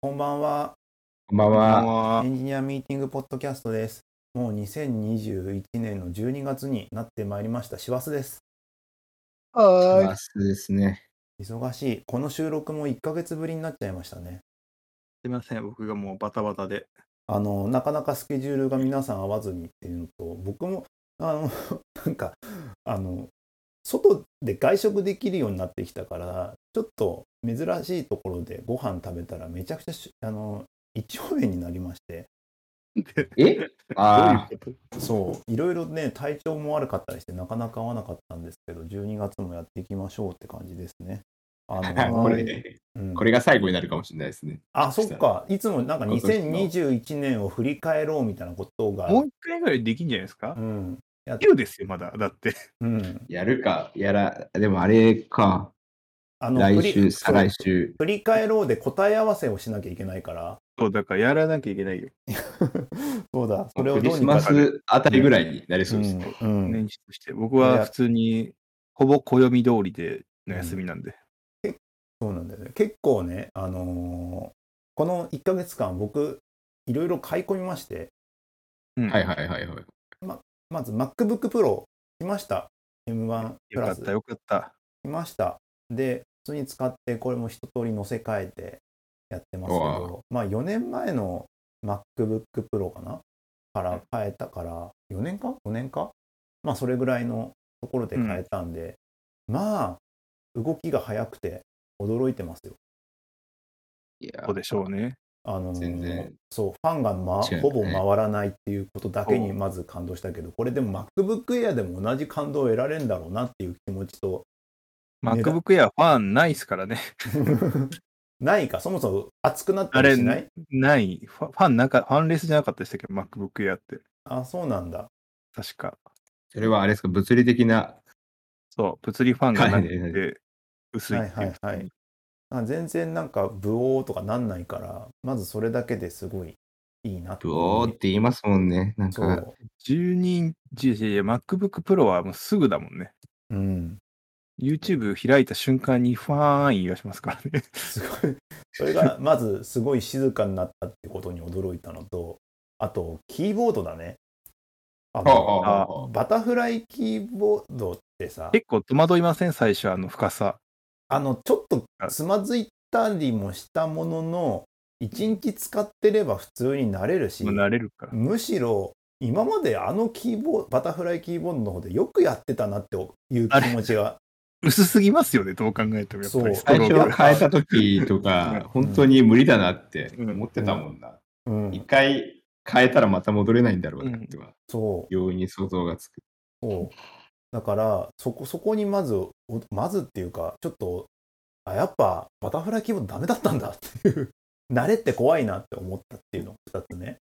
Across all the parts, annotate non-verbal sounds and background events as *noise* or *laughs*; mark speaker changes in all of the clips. Speaker 1: こんばんは。
Speaker 2: こんばんは。
Speaker 1: エンジニアミーティングポッドキャストです。もう2021年の12月になってまいりました。師走です。
Speaker 2: 明
Speaker 3: は
Speaker 2: 日ですね。
Speaker 1: 忙しい。この収録も1ヶ月ぶりになっちゃいましたね。
Speaker 3: すいません、僕がもうバタバタで。
Speaker 1: あの、なかなかスケジュールが皆さん合わずにっていうのと、僕も、あの、 *laughs* なんか、あの、外で外食できるようになってきたから、ちょっと珍しいところでご飯食べたらめちゃくちゃし、あの、胃腸炎になりまして、
Speaker 3: で
Speaker 2: えあ
Speaker 3: どういうこ
Speaker 1: そう、いろいろね、体調も悪かったりして、なかなか合わなかったんですけど、12月もやっていきましょうって感じですね。あの
Speaker 2: *laughs* これ、
Speaker 1: うん
Speaker 2: これが最後になるかもしれないですね。
Speaker 1: あ、そっか、いつもなんか
Speaker 2: 今年の
Speaker 1: 2021年を振り返ろうみたいなことが、
Speaker 3: ともう一回ぐらいできんじゃないですか
Speaker 1: うん、
Speaker 3: 夜ですよ、まだ。だって。
Speaker 1: うん、
Speaker 2: やるか、やら、でもあれか、
Speaker 1: あ
Speaker 2: 来
Speaker 1: 振り
Speaker 2: 週、再来
Speaker 1: そう
Speaker 2: 週。
Speaker 1: 振り返ろうで答え合わせをしなきゃいけないから、 *laughs*
Speaker 3: そう、だからやらなきゃいけないよ。
Speaker 1: そうだ、それを
Speaker 2: ク
Speaker 1: ど
Speaker 2: リ
Speaker 1: う
Speaker 2: ス
Speaker 1: にか
Speaker 2: マスあたりぐらいになりそうですね。
Speaker 1: うんうん
Speaker 3: 年始として。僕は普通に、ほぼ暦通りでの休みなんで。
Speaker 1: そうなんだよね。結構ね、あのーこの1ヶ月間、僕、いろいろ買い込みまして、
Speaker 3: うん
Speaker 2: はいはいはいはい。
Speaker 1: まず MacBook Pro 来ました。M1 プ
Speaker 3: よか
Speaker 1: ラ
Speaker 3: っ
Speaker 1: ス
Speaker 3: た、よかった。
Speaker 1: 来ました。で、普通に使って、これも一通り乗せ替えてやってますけ
Speaker 2: う
Speaker 1: ど、まあ4年前の MacBook Pro かなから変えたから、4年か ?5 年かまあそれぐらいのところで変えたんで、まあ動きが早くて驚いてますよ。
Speaker 2: いや
Speaker 3: そうでしょうね。
Speaker 1: あのー
Speaker 2: 全然
Speaker 1: そう、ファンが、ま、
Speaker 2: 違うね
Speaker 1: ほぼ回らないっていうことだけにまず感動したけど、これでも MacBook Air でも同じ感動を得られるんだろうなっていう気持ちと、値段
Speaker 3: MacBook Air ファンないっすからね。 *laughs*
Speaker 1: ないか、そもそも熱くなったりしな
Speaker 3: あ
Speaker 1: い
Speaker 3: ない。ファファンなか、ファンレスじゃなかったでしたっけ ?MacBook Air って。
Speaker 1: あ、そうなんだ。
Speaker 3: 確か。
Speaker 2: それはあれですか、物理的な、
Speaker 3: そう、物理ファンがなく
Speaker 2: はいはい
Speaker 3: て、薄いっていう。
Speaker 1: はいはいはいあ全然なんか、ブオーとかなんないから、まずそれだけですごいいいな
Speaker 2: ブオーって言いますもんね。なん
Speaker 1: そ
Speaker 2: か、
Speaker 1: う。
Speaker 3: 12インチ、いやいや MacBook Pro はもうすぐだもんね。
Speaker 1: うん。
Speaker 3: YouTube 開いた瞬間にファーン言い出しますから
Speaker 1: *laughs*
Speaker 3: ね。
Speaker 1: すごい。それ
Speaker 2: *laughs*
Speaker 1: が、まずすごい静かになったってことに驚いたのと、あと、キーボードだね。あ
Speaker 2: ああ
Speaker 1: の
Speaker 2: あああ
Speaker 1: バタフライキーボードってさ、
Speaker 3: 結構戸惑いません最初あの深さ。
Speaker 1: あの、ちょっとつまずいたりもしたものの、一日使ってれば普通になれるし、
Speaker 3: もう慣れるから。
Speaker 1: むしろ今まであのキーボード、バタフライキーボードの方でよくやってたなっていう気持ちが、
Speaker 3: 薄すぎますよね、どう考えても。やっぱ
Speaker 1: そう
Speaker 3: り
Speaker 2: 最
Speaker 1: あ
Speaker 2: 初
Speaker 1: のやっぱ
Speaker 2: 変えた時とか、本当に無理だなって
Speaker 3: うん
Speaker 2: 思ってたもんな。
Speaker 1: うん
Speaker 2: 一回変えたらまた戻れないんだろうなっては、
Speaker 1: そう、
Speaker 2: 容易に想像がつく。
Speaker 1: そう。だから、そこ、そこにまず、おまずっていうか、ちょっと、あ、やっぱ、バタフライキーボードダメだったんだっていう、 *laughs* 慣れって怖いなって思ったっていうの、二つね。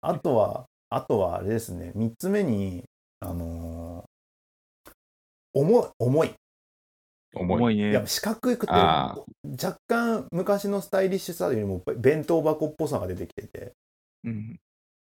Speaker 1: あとは、あとはあれですね、三つ目に、あのー重い、重い。
Speaker 2: 重い。
Speaker 3: 重い
Speaker 1: やっ
Speaker 3: ね
Speaker 1: ぱ。四角くて、
Speaker 2: ああ
Speaker 1: 若干昔のスタイリッシュさよりも弁当箱っぽさが出てきてて、
Speaker 3: うん。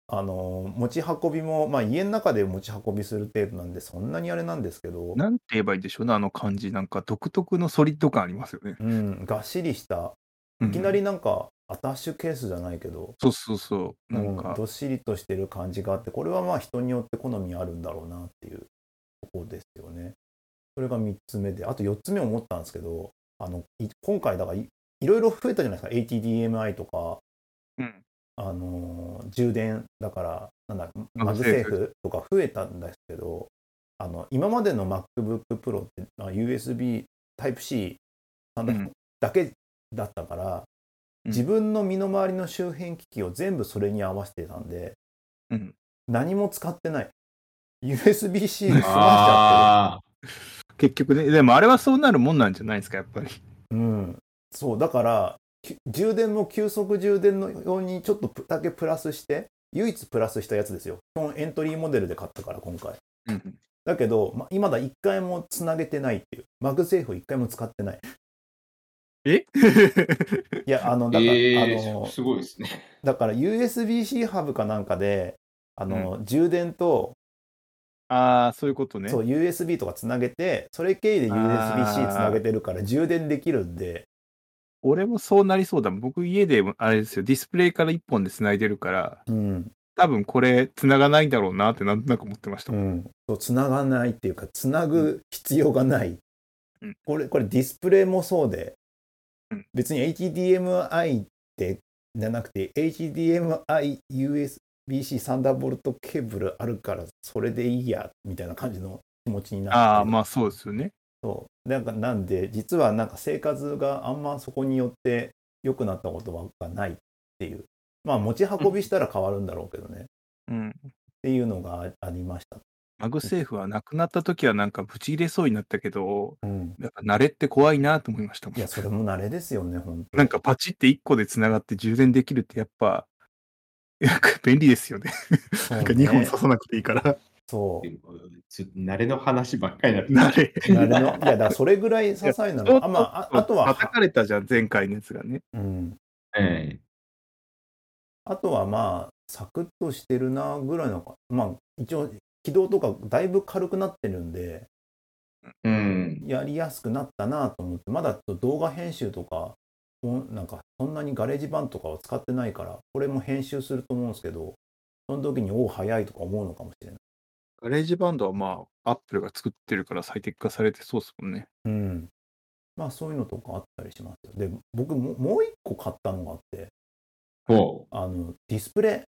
Speaker 1: あの持ち運びも、まあ、家の中で持ち運びする程度なんでそんなにあれなんですけど、
Speaker 3: なんて言えばいいでしょうね、あの感じ。なんか独特のソリッド感ありますよね。
Speaker 1: うん、がっしりした
Speaker 3: うん
Speaker 1: いきなりなんかアタッシュケースじゃないけど、
Speaker 3: そうそうそ
Speaker 1: う
Speaker 3: う。なんんか、
Speaker 1: どっしりとしてる感じがあってこれはまあ人によって好みあるんだろうなっていうとこですよね。それが3つ目であと4つ目思ったんですけどあのい今回だからいいろいろ増えたじゃないですか ATDMI とか
Speaker 3: うん
Speaker 1: あのー充電だからなんだマ
Speaker 3: マ
Speaker 1: グ
Speaker 3: グ
Speaker 1: セ
Speaker 3: セ
Speaker 1: ー
Speaker 3: ーフ
Speaker 1: フとか増えたんですけどあの今までの MacBook Pro ってあ USB Type-C なんだ
Speaker 3: うん
Speaker 1: だけだったから、
Speaker 3: うん
Speaker 1: 自分の身の回りの周辺機器を全部それに合わせてたんで
Speaker 3: うん。
Speaker 1: 何も使ってない USB-C で済ましちゃっ
Speaker 2: ああ
Speaker 3: 結局ね、でもあれはそうなるもんなんじゃないですか、やっぱり。
Speaker 1: てる、うん、そうだからき充電も急速充電のようにちょっとだけプラスして唯一プラスしたやつですよ基本エントリーモデルで買ったから今回
Speaker 3: うん。
Speaker 1: だけど、ま、今だ一回もつなげてないっていう。マグセーフ一回も使ってない。
Speaker 3: え
Speaker 1: いや、あの、だから、
Speaker 2: え
Speaker 1: あの
Speaker 2: ー、、すごいですね。
Speaker 1: だから USB-C ハブかなんかで、あの、充電と、
Speaker 3: *laughs* ああ、そういうことね。
Speaker 1: そう、USB とかつなげて、それ経由で USB-C
Speaker 3: あー
Speaker 1: つなげてるから充電できるんで、
Speaker 3: 俺もそうなりそうだもん。僕家で、あれですよ、ディスプレイから一本で繋いでるから、
Speaker 1: うん。
Speaker 3: 多分これ繋がないんだろうなってなんとなく思ってました
Speaker 1: う
Speaker 3: もん。
Speaker 1: ん。そう、繋がないっていうか、繋ぐ必要がない
Speaker 3: うん。
Speaker 1: これ、これディスプレイもそうで
Speaker 3: うん、
Speaker 1: 別に HDMI って、じゃなくて、HDMI、USB-C、サンダーボルトケーブルあるから、それでいいや、みたいな感じの気持ちになって。
Speaker 3: ああ、まあそうですよね。
Speaker 1: そうなんかなんで実はなんか生活があんまそこによって良くなったことがないっていうまあ持ち運びしたら変わるんだろうけどね、っ
Speaker 3: うん。
Speaker 1: ていうのがありました、
Speaker 3: マグセーフはなくなった時はなんかブチ切れそうになったけど、
Speaker 1: うん、
Speaker 3: やっぱ慣れって怖いなと思いましたもん。
Speaker 1: いやそれも慣れですよね本
Speaker 3: なんかパチって1個で繋がって充電できるってやっぱ、なんか便利ですよね。
Speaker 1: 当
Speaker 3: なんか2
Speaker 1: そう
Speaker 3: 本刺
Speaker 1: ね
Speaker 3: さなくていいから。
Speaker 1: そう
Speaker 2: ちょっと慣れの話ばっかりだった。
Speaker 3: 慣れ。
Speaker 1: 慣れのいやだからそれぐらい些細なのあまあああとは
Speaker 3: 叩、かれたじゃん、前回のやつがね。
Speaker 1: うん、
Speaker 2: え
Speaker 1: あとはまあサクッとしてるなぐらいのかまあ一応軌道とかだいぶ軽くなってるんで
Speaker 2: えうん。
Speaker 1: やりやすくなったなと思ってまだちょっと動画編集とかもうなんかそんなにガレージ版とかを使ってないからこれも編集すると思うんですけどその時におお早いとか思うのかもしれない。
Speaker 3: ガレージバンドはまあ、アップルが作ってるから最適化されてそうですもんね。
Speaker 1: うん、まあそういうのとかあったりしますよ。で僕ももう一個買ったのがあって
Speaker 2: ほ
Speaker 1: あのディスプレ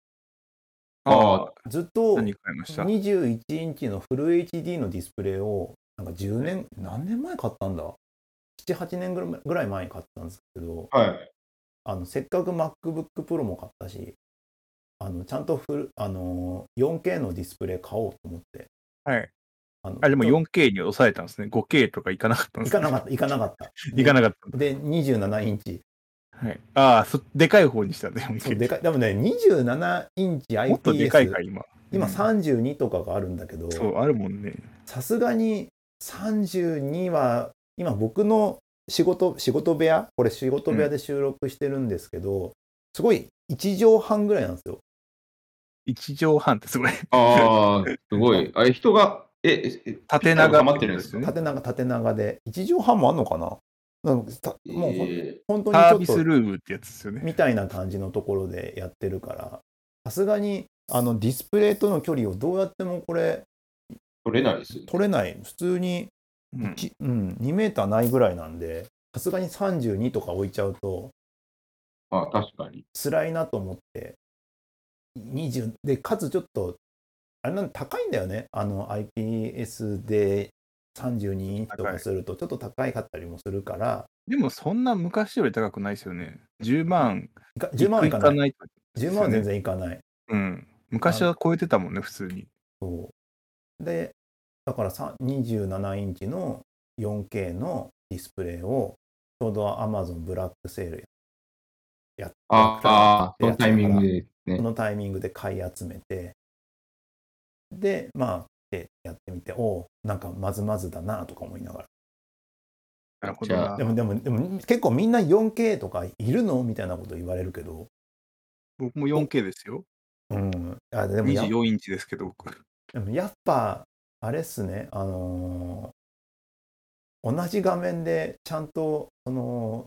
Speaker 2: ああ
Speaker 3: あ、
Speaker 1: イずっと
Speaker 3: 何買いました
Speaker 1: 21インチのフル HD のディスプレイをなんか10年何年前買ったんだ78年ぐらいぐらい前に買ったんですけど、
Speaker 2: う。はい。
Speaker 1: あのせっかく MacBook Pro も買ったし、あのちゃんとフル、あのー 4K のディスプレイ買おうと思って。
Speaker 3: はい。
Speaker 1: あの
Speaker 3: あ、でも
Speaker 1: ちょ
Speaker 3: 4K に抑えたんですね。5K とかいかなかったんで
Speaker 1: い
Speaker 3: すね
Speaker 1: かなかった、いかなか
Speaker 3: *laughs*
Speaker 1: った。
Speaker 3: いかなかったんだ。
Speaker 1: で、27イン
Speaker 3: *laughs*
Speaker 1: チ。
Speaker 3: はい、ああ、そでかい方にしたね、4K
Speaker 1: そうでかい。でもね、27インチ IPS。
Speaker 3: もっとでかいか、今。
Speaker 1: 今
Speaker 3: うん
Speaker 1: 32とかがあるんだけど、
Speaker 3: そう、あるもんね。
Speaker 1: さすがに32は、今僕の仕事、仕事部屋、これ仕事部屋で収録してるんですけど、すごい1畳半ぐらいなんですよ。
Speaker 3: 1畳半ってす
Speaker 1: *laughs*
Speaker 3: ごい。
Speaker 2: ああ、すごい。あれ、人が、え、え
Speaker 3: 縦長
Speaker 2: 溜まってるんですよね。
Speaker 1: 縦長、縦長で。1畳半もあんのかななんかたもうほん
Speaker 2: え
Speaker 1: 本当に
Speaker 3: サービ
Speaker 1: ちょ
Speaker 3: ス
Speaker 1: っと
Speaker 3: ルームってやつですよね。
Speaker 1: みたいな感じのところでやってるからさすがにあのディスプレイとの距離をどうやってもこれ
Speaker 2: 取れないですよね。
Speaker 1: 取れない普通に、
Speaker 3: うん
Speaker 1: きうん、2メーターないぐらいなんでさすがに32とか置いちゃうと
Speaker 2: あ確かに。
Speaker 1: 辛いなと思って20でかつちょっとあれなん高いんだよねあの iPS で32インチと
Speaker 3: 高
Speaker 1: か
Speaker 3: い
Speaker 1: するとちょっと高いかったりもするから
Speaker 3: でも、そんな昔より高くないですよね。10万、
Speaker 1: が10万はいかない
Speaker 3: ないと。
Speaker 1: 10万は全然いかない。
Speaker 3: うん。昔は超えてたもんね、普通に。
Speaker 1: そうで、だからさ27インチの 4K のディスプレイを、ちょうど Amazon ブラックセールや
Speaker 2: ああ、そ
Speaker 1: や
Speaker 2: の
Speaker 1: ってた
Speaker 2: タイミングで
Speaker 1: こ
Speaker 2: ね。
Speaker 1: のタイミングで買い集めて、で、まあ、でやってみて、おうなんかまずまずだなとか思いながら。
Speaker 3: なるほ
Speaker 2: じ
Speaker 3: ど
Speaker 2: ゃ
Speaker 3: な
Speaker 2: あ
Speaker 1: で。も、でも、でも結構みんな 4K とかいるのみたいなこと言われるけど、
Speaker 3: 僕も 4K ですよ。
Speaker 1: うん。あでもや
Speaker 3: 24インチですけど、僕。
Speaker 1: でもやっぱあれっすねあのー同じ画面でちゃんとその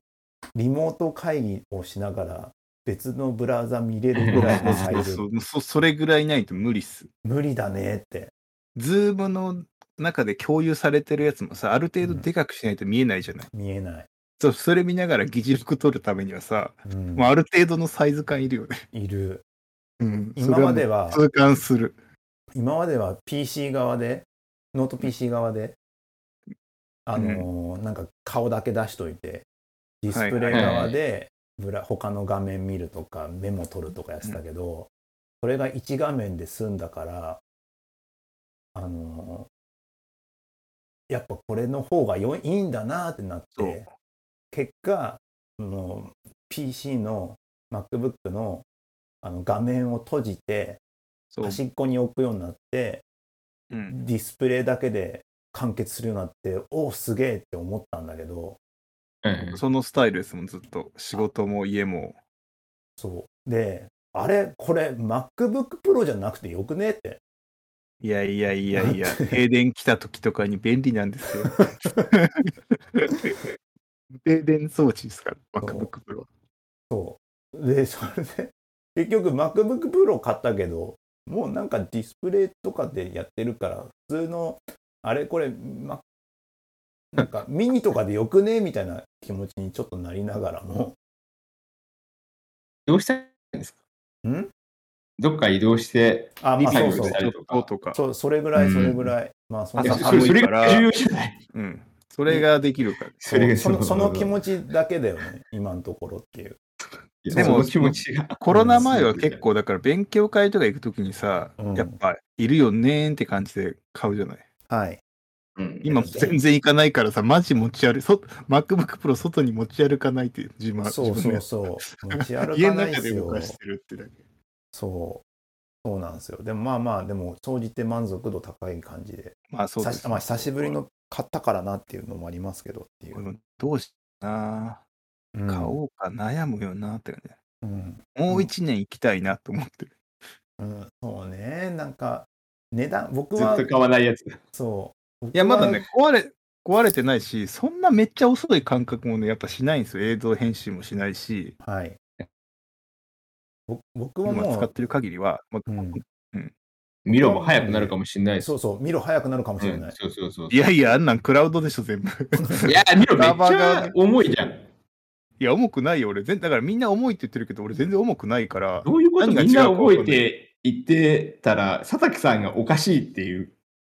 Speaker 1: リモート会議をしながら別のブラウザ見れるぐらいのサイズ
Speaker 3: *laughs* そうそうそそれぐらいないと無理っす。
Speaker 1: 無理だねって
Speaker 3: ズームの中で共有されてるやつもさ、ある程度でかくしないと見えないじゃない。
Speaker 1: 見えない、
Speaker 3: そうそれ見ながら議事録取るためにはさ、
Speaker 1: うん
Speaker 3: もうある程度のサイズ感いるよね。
Speaker 1: いる
Speaker 3: うん
Speaker 1: 今まで
Speaker 3: は。
Speaker 1: は
Speaker 3: 痛感する。
Speaker 1: 今までは PC 側でノート PC 側であのーなんか顔だけ出しといてディスプレイ側でブラ他の画面見るとかメモ取るとかやってたけど、それが1画面で済んだからあのーやっぱこれの方がよいいんだなってなっ
Speaker 3: そう
Speaker 1: て結果もう PC の MacBook のあの画面を閉じて
Speaker 3: そう。
Speaker 1: 端っこに置くようになって
Speaker 3: うん
Speaker 1: ディスプレイだけで完結するようになっておおすげえって思ったんだけど
Speaker 2: ええ
Speaker 3: そのスタイルですもん、ずっと。仕事も家も。
Speaker 1: そうであれこれ MacBookPro じゃなくてよくねえって
Speaker 3: いやいやいや
Speaker 1: *laughs*
Speaker 3: いや、停電来た時とかに便利なんですよ。停電装置ですから、
Speaker 1: そう
Speaker 3: MacBook Pro は。
Speaker 1: そう。で、それで、結局 MacBook Pro 買ったけど、もうなんかディスプレイとかでやってるから、普通の、あれこれ、ま、なん
Speaker 2: *laughs*
Speaker 1: かミニとかでよくねみたいな気持ちにちょっとなりながらも、
Speaker 2: どうしたいんですか
Speaker 1: ん
Speaker 2: どっか移動して、
Speaker 1: あ、まあ
Speaker 2: リ
Speaker 1: そう
Speaker 2: ビン
Speaker 1: そ
Speaker 2: グ
Speaker 1: う
Speaker 2: で。やるとか
Speaker 3: とか。
Speaker 1: そうそれぐらい、それぐらい。まあ、そん
Speaker 2: い
Speaker 1: な
Speaker 2: や
Speaker 3: 朝
Speaker 2: それ
Speaker 3: 寒い
Speaker 2: それ
Speaker 3: から
Speaker 2: が重要じゃない。
Speaker 3: うん。それができるから。
Speaker 1: そうそのその気
Speaker 2: ち
Speaker 1: 持ちだけだよね、今のところっていう。
Speaker 2: いや
Speaker 3: で
Speaker 2: そ
Speaker 3: も
Speaker 2: の気持ちが。
Speaker 3: コロナ前は結構だから勉強会とか行くときにさ、
Speaker 1: うん
Speaker 3: やっぱいるよねーって感じで買うじゃない。
Speaker 1: はい。
Speaker 2: うん、
Speaker 3: 今全然行かないからさ、マジ持ち歩い、そ MacBook Pro 外に持ち歩かないっていう自慢。
Speaker 1: そう
Speaker 3: 自分
Speaker 1: そ
Speaker 3: の
Speaker 1: う
Speaker 3: やつ
Speaker 1: そう。持ち歩
Speaker 3: 家
Speaker 1: か
Speaker 3: の
Speaker 1: ないで
Speaker 3: 中
Speaker 1: す
Speaker 3: で動
Speaker 1: よ
Speaker 3: か。してるってだけ。
Speaker 1: そう。そうなんですよ。でもまあまあ、でも、総じて満足度高い感じで。
Speaker 3: まあそう
Speaker 1: 久
Speaker 3: で
Speaker 1: し
Speaker 3: す。
Speaker 1: まあ、久しぶりの買ったからなっていうのもありますけどっていう。
Speaker 3: うんどうしようかな、
Speaker 1: うん
Speaker 3: 買おうか悩むよなって感じ。
Speaker 1: うん。
Speaker 3: もう一年行きたいなと思ってる。
Speaker 1: うんそうね。なんか、値段、僕
Speaker 2: ずっ
Speaker 1: は
Speaker 2: と、買わないやつ。
Speaker 1: そう。い
Speaker 3: いや、まだね、、壊れ、壊れてないし、そんなめっちゃ遅い感覚もね、やっぱしないんですよ。映像編集もしないし、
Speaker 1: はい。ぼ僕は
Speaker 3: 今
Speaker 1: も
Speaker 3: 使っ
Speaker 1: う、
Speaker 3: てる限りは、まあ
Speaker 1: うん
Speaker 2: 見ろも早くなるかもしれないです。
Speaker 1: そうそう、見ろ早くなるかもしれ
Speaker 2: うん
Speaker 1: ない。
Speaker 2: そうそうそう。
Speaker 3: いやいや、あんなんクラウドでしょ、全部。
Speaker 2: いや、見ろめっ
Speaker 3: サーバ
Speaker 2: ち
Speaker 3: ーが
Speaker 2: ゃ重いじゃん。
Speaker 3: いや、重くないよ、俺。全だからみんな重いって言ってるけど、俺全然重くないから、
Speaker 2: どういうこと
Speaker 3: 何が違う
Speaker 2: みんな
Speaker 3: かわかんない
Speaker 2: 覚えて言ってたら、佐々木さんがおかしいっていう。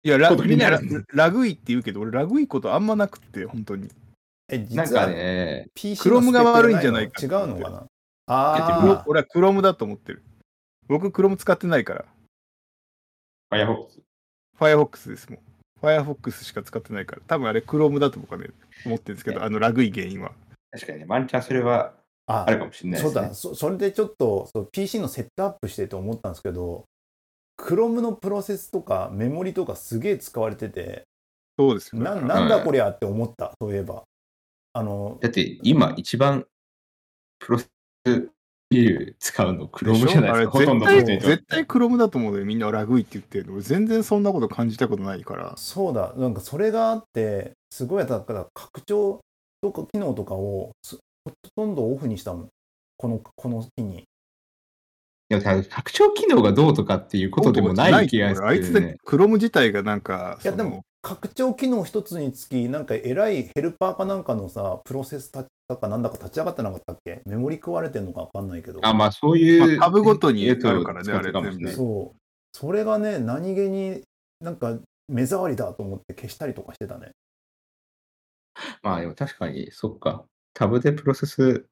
Speaker 3: いや、ラ
Speaker 2: こと
Speaker 3: み
Speaker 2: に
Speaker 3: んな
Speaker 2: な
Speaker 3: ラ
Speaker 2: る
Speaker 3: ラグいって言うけど、俺ラグいことあんまなくって、本当に。
Speaker 1: え、
Speaker 2: なん
Speaker 1: 実
Speaker 2: か
Speaker 1: は
Speaker 2: ね、
Speaker 1: PC
Speaker 3: クロームが悪いんじゃないか
Speaker 1: 違うのかな
Speaker 2: ー
Speaker 1: あ
Speaker 3: 俺はクロームだと思ってる。僕、クローム使ってないから。
Speaker 2: ファイアフォックス。
Speaker 3: Firefox ですもん。Firefox しか使ってないから。多分あれ、クロームだと僕はね、思ってるんですけど、あのラグい原因は。
Speaker 2: 確かにね、ワンチャンそれは
Speaker 1: あ、
Speaker 2: あるかもしれないで
Speaker 1: そう
Speaker 2: す、ね
Speaker 1: だ。そ、それでちょっとそう PC のセットアップしてて思ったんですけど、Chrome のプロセスとかメモリとかすげえ使われてて、
Speaker 3: そうですよ。
Speaker 1: な
Speaker 3: だから
Speaker 1: なんだこりゃって思った、そういえば。あの、
Speaker 2: だって今一番プロセスビル使うのクロームじゃないですか。
Speaker 3: あ
Speaker 2: ほ
Speaker 3: れ
Speaker 2: とんどの
Speaker 3: 絶
Speaker 2: 人
Speaker 3: 対
Speaker 2: にとって
Speaker 3: 絶対クロームだと思うのよ。みんなラグいって言ってるの。俺全然そんなこと感じたことないから。
Speaker 1: そうだ、なんかそれがあって、すごい、だから拡張とか機能とかをすほとんどオフにしたもん。この、この日に。
Speaker 2: いやだから拡張機能がどうとかっていうことでもない気がする、ね。
Speaker 3: あいつでクローム自体がなんか、
Speaker 1: いや
Speaker 3: そ
Speaker 1: で
Speaker 3: の
Speaker 1: も、拡張機能一つにつき、なんか偉いヘルパーかなんかのさ、プロセス立ちだかなんだか立ち上がってなかったっけメモリ食われてんのかわかんないけど。
Speaker 2: あ、まあそういう。
Speaker 3: まあ株ごとに
Speaker 2: えっと
Speaker 3: あるからねあ
Speaker 2: 使っ
Speaker 3: れ
Speaker 2: てたかもしれない
Speaker 1: そう。それがね、何気になんか目障りだと思って消したりとかしてたね。
Speaker 2: まあでも確かに、そっか。タブでプロセス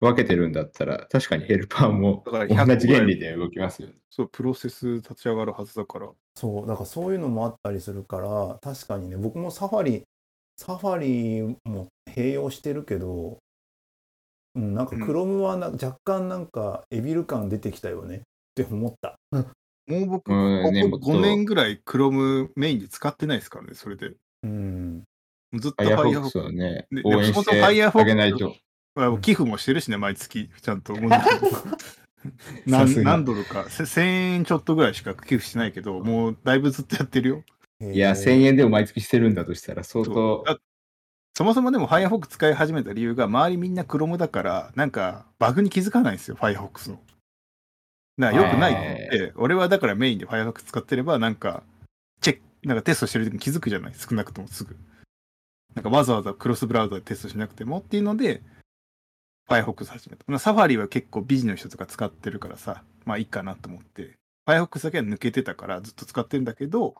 Speaker 2: 分けてるんだったら、確かにヘルパー
Speaker 3: *laughs*
Speaker 2: も
Speaker 3: だから100
Speaker 2: 同じ原理で動きますよね。
Speaker 3: そう、プロセス立ち上がるはずだから。
Speaker 1: そう。だからそういうのもあったりするから、確かにね、僕もサファリ、サファリも併用してるけど、うん、なんか
Speaker 3: うん
Speaker 1: クロムはな、若干なんかエビル感出てきたよねって思った。
Speaker 3: もう僕、
Speaker 2: うんね
Speaker 3: ここ
Speaker 2: もっ
Speaker 3: 5
Speaker 2: と
Speaker 3: 年ぐらいクロームメインで使ってないですからね、それで。
Speaker 1: うん。
Speaker 3: ずっと
Speaker 2: Firefox
Speaker 3: Firefox。
Speaker 2: をね
Speaker 3: で、
Speaker 2: 応援
Speaker 3: でも
Speaker 2: し
Speaker 3: そもそも
Speaker 2: てあげない
Speaker 3: Firefox
Speaker 2: と。
Speaker 3: あ寄付もしてるしね、毎月、ちゃん
Speaker 2: *laughs*
Speaker 3: と。
Speaker 2: さす
Speaker 3: 何
Speaker 2: が
Speaker 3: 何ドルか、せ1000円ちょっとぐらいしか寄付してないけど、もうだいぶずっとやってるよ。
Speaker 1: い
Speaker 2: いや、1000円でも毎月してるんだとしたら、相
Speaker 3: そ
Speaker 2: 当
Speaker 3: う。だそもそもでも Firefox 使い始めた理由が、周りみんな Chrome だから、なんかバグに気づかないんですよ、Firefox の。だから良くないって、俺はだからメインで Firefox 使ってれば、なんか、チェック、なんかテストしてる時に気づくじゃない、少なくともすぐ。なんかわざわざクロスブラウザでテストしなくてもっていうので、Firefox 始めた。まあサファリは結構ビジの人とか使ってるからさ、まあいいかなと思って、Firefox だけは抜けてたからずっと使ってるんだけど、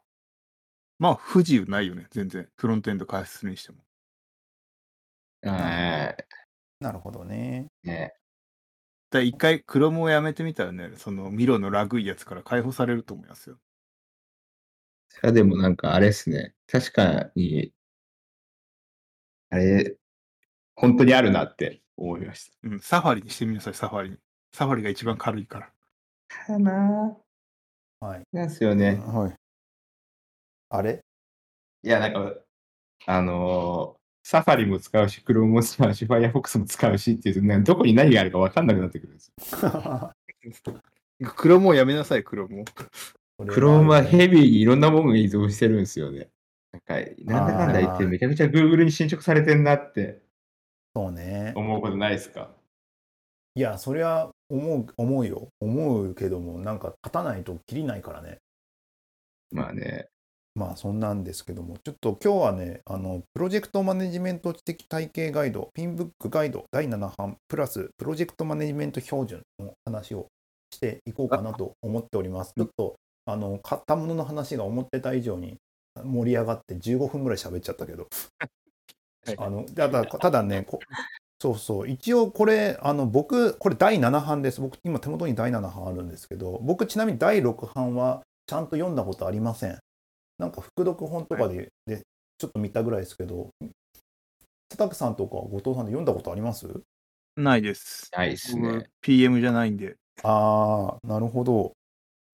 Speaker 3: まあ不自由ないよね、全然。フロントエンド開発するにしても。
Speaker 2: は
Speaker 1: なるほどね。
Speaker 2: い。ね。
Speaker 3: だから一回クロムをやめてみたらね、そのミロのラグいやつから解放されると思いますよ。
Speaker 2: それはでもなんかあれですね。確かに、あれ、本当にあるなって思いまし
Speaker 3: うん、サファリにしてみなさい、サファリに。サファリが一番軽いから。
Speaker 2: た。だな
Speaker 1: はい。
Speaker 2: なんですよね。
Speaker 1: はい。あ *laughs* れ
Speaker 2: いや、なんか、あのーサファリも使うし、クロームも使うし、Firefox も使うしっていうと、なんかどこに何があるか分かんなくなってくるんですよ。
Speaker 3: クロムをやめなさい、クロムを。
Speaker 2: クロームは
Speaker 1: へ
Speaker 2: ヘビーにいろんなものに依存してるんですよね。なんか、なんだかんだ言って、めちゃめちゃ Google に侵食されてんなって
Speaker 1: そうね。
Speaker 2: 思うことないですか
Speaker 1: いや、そりゃ思う、思うよ。思うけども、なんか勝たないと切りないからね。
Speaker 2: まあね。
Speaker 1: まあそんなんですけども、ちょっと今日はね、あの、プロジェクトマネジメント知的体系ガイド、ピンブックガイド第7版、プラスプロジェクトマネジメント標準の話をしていこうかなと思っております。ちょっと、あの、買ったものの話が思ってた以上に盛り上がって15分ぐらい喋っちゃったけど、あの、た
Speaker 3: *laughs*
Speaker 1: だ、ただね、こそうそう、一応これ、あの、僕、これ第7版です。僕、今手元に第7版あるんですけど、僕、ちなみに第6版はちゃんと読んだことありません。なんか、副読本とかで、で、ちょっと見たぐらいですけど、佐竹さんとか後藤さんで読んだことあります
Speaker 3: ないです。
Speaker 2: ないです
Speaker 3: 僕
Speaker 2: ね。
Speaker 3: PM じゃないんで。
Speaker 1: ああ、なるほど。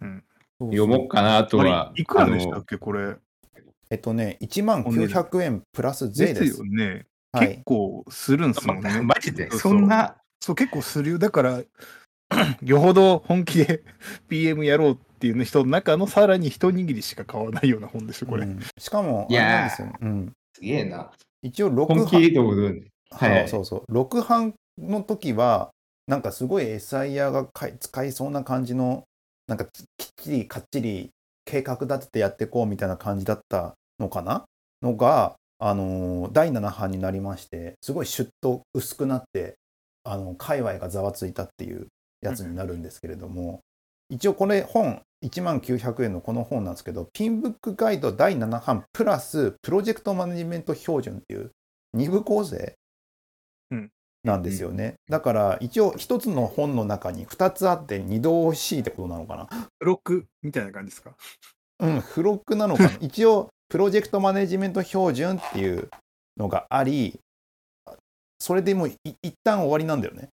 Speaker 3: うん
Speaker 1: そうそう
Speaker 2: 読もうかなとは
Speaker 3: あ。れいくらでし
Speaker 2: あ
Speaker 3: た
Speaker 2: の
Speaker 3: っけ、これ。
Speaker 1: えっとね、1万900円プラス税
Speaker 3: で
Speaker 1: ですす
Speaker 3: よ。ね。
Speaker 1: はい
Speaker 3: 結。構するんすもんね。
Speaker 2: *laughs* マジで、
Speaker 3: そう
Speaker 2: そ
Speaker 3: そうん
Speaker 2: な。
Speaker 3: そう、結構するよ。だから、 *laughs* よほど本気で *laughs* PM やろうっていう人の中のさらに一握りしか買わないような本でしょ、これ。
Speaker 1: うんしかも、あれ
Speaker 2: いやー
Speaker 1: なんですよ。うん。
Speaker 2: すげえな。
Speaker 1: 一応6版。
Speaker 2: 本気でいいと思うね。
Speaker 1: は
Speaker 2: はいい
Speaker 1: そうそう6版の時はなんかすごい SIR がかい使いそうな感じのなんかききっちりかっちり計画立ててやっていこうみたいな感じだったのかなのが、あのー第7版になりましてすごいシュッと薄くなってあの界隈がざわついたっていうやつになるんですけれども、一応これ本1万900円のこの本なんですけどピンブックガイド第7版プラスプロジェクトマネジメント標準っていう2部構成
Speaker 3: うん
Speaker 1: なんですよね、だから一応一つの本の中に2つあって2度欲しいってことなのかな
Speaker 3: ブロックみたいな感じですか。
Speaker 1: うん、付録なのかな
Speaker 3: *laughs*
Speaker 1: 一応、プロジェクトマネジメント標準っていうのがあり、それでもうい一旦終わりなんだよね。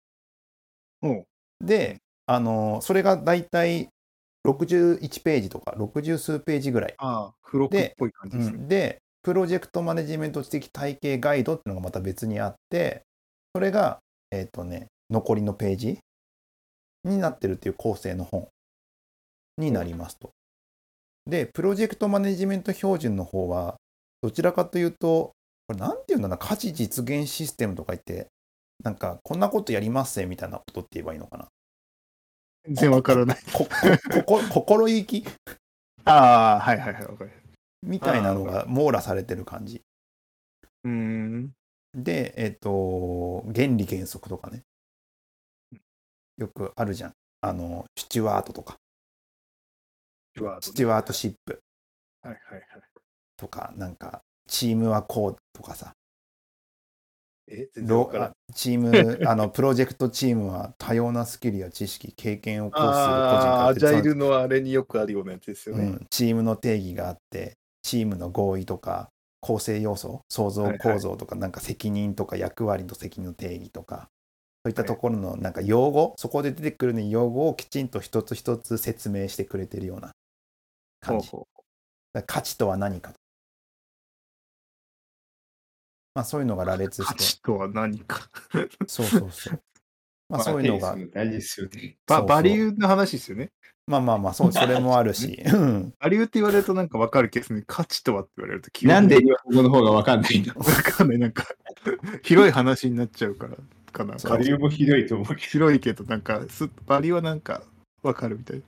Speaker 3: うん。
Speaker 1: で、あのそれがだいたい61ページとか60数ページぐらい。
Speaker 3: ああ、付録っぽい感じ
Speaker 1: う
Speaker 3: ですね。
Speaker 1: ん、で、プロジェクトマネジメント知的体系ガイドっていうのがまた別にあって、それが、えっ、とね、残りのページになってるっていう構成の本になりますと。で、プロジェクトマネジメント標準の方は、どちらかというと、これなんていうんだろうな、価値実現システムとか言って、なんか、こんなことやりますぜみたいなことって言えばいいのかな。
Speaker 3: 全然わからない。
Speaker 1: こ、こ、ここ、心意気
Speaker 3: ああ、はいはいはい、わかる。
Speaker 1: みたいなのが網羅されてる感じ。
Speaker 3: うーん。
Speaker 1: で、えっ、と、原理原則とかね。よくあるじゃん。あの、スチュワートとか、スチュワートシップ
Speaker 3: はいはいはい。
Speaker 1: とか、なんか、チームはこうとかさ、
Speaker 3: え、全
Speaker 1: ロチー
Speaker 3: *laughs*
Speaker 1: ム、あの、プロジェクトチームは多様なスキルや知識、経験を行使する個人
Speaker 3: ああ、
Speaker 1: が
Speaker 3: アジャイ
Speaker 1: 別
Speaker 3: ルのあれによくあるようなやつですよ
Speaker 1: う
Speaker 3: ね。
Speaker 1: ん、チームの定義があって、チームの合意とか、構成要素、創造構造とか、なんか責任とか役割と責任の定義とか、そういったところのなんか用語、そこで出てくるね用語をきちんと一つ一つ説明してくれてるような
Speaker 3: ほ
Speaker 1: 感
Speaker 3: う
Speaker 1: じ。
Speaker 3: ほ
Speaker 1: だから価値とは何かと。まあそういうのが羅列
Speaker 3: う。価
Speaker 1: して、
Speaker 3: 値とは何か。
Speaker 1: そうそうそう。まあそういうのが
Speaker 2: まあ。大事ですよね。
Speaker 1: そう
Speaker 3: バ
Speaker 1: そう
Speaker 3: バリューの話ですよね。
Speaker 1: まあまあまあ、そう、それもあるし。
Speaker 3: *laughs*
Speaker 1: うん
Speaker 3: バリューって言われるとなんかわかるけどね、価値とはって言われると急に
Speaker 2: なんで日本語の方がわかんない
Speaker 3: *laughs*
Speaker 2: んだ
Speaker 3: わかんない、なんか、広い話になっちゃうから、かな。
Speaker 2: *laughs*
Speaker 1: そう
Speaker 2: 理由もひどいと思うけ
Speaker 3: 広いけど、なんか、すバリューはなんか、わかるみたいな。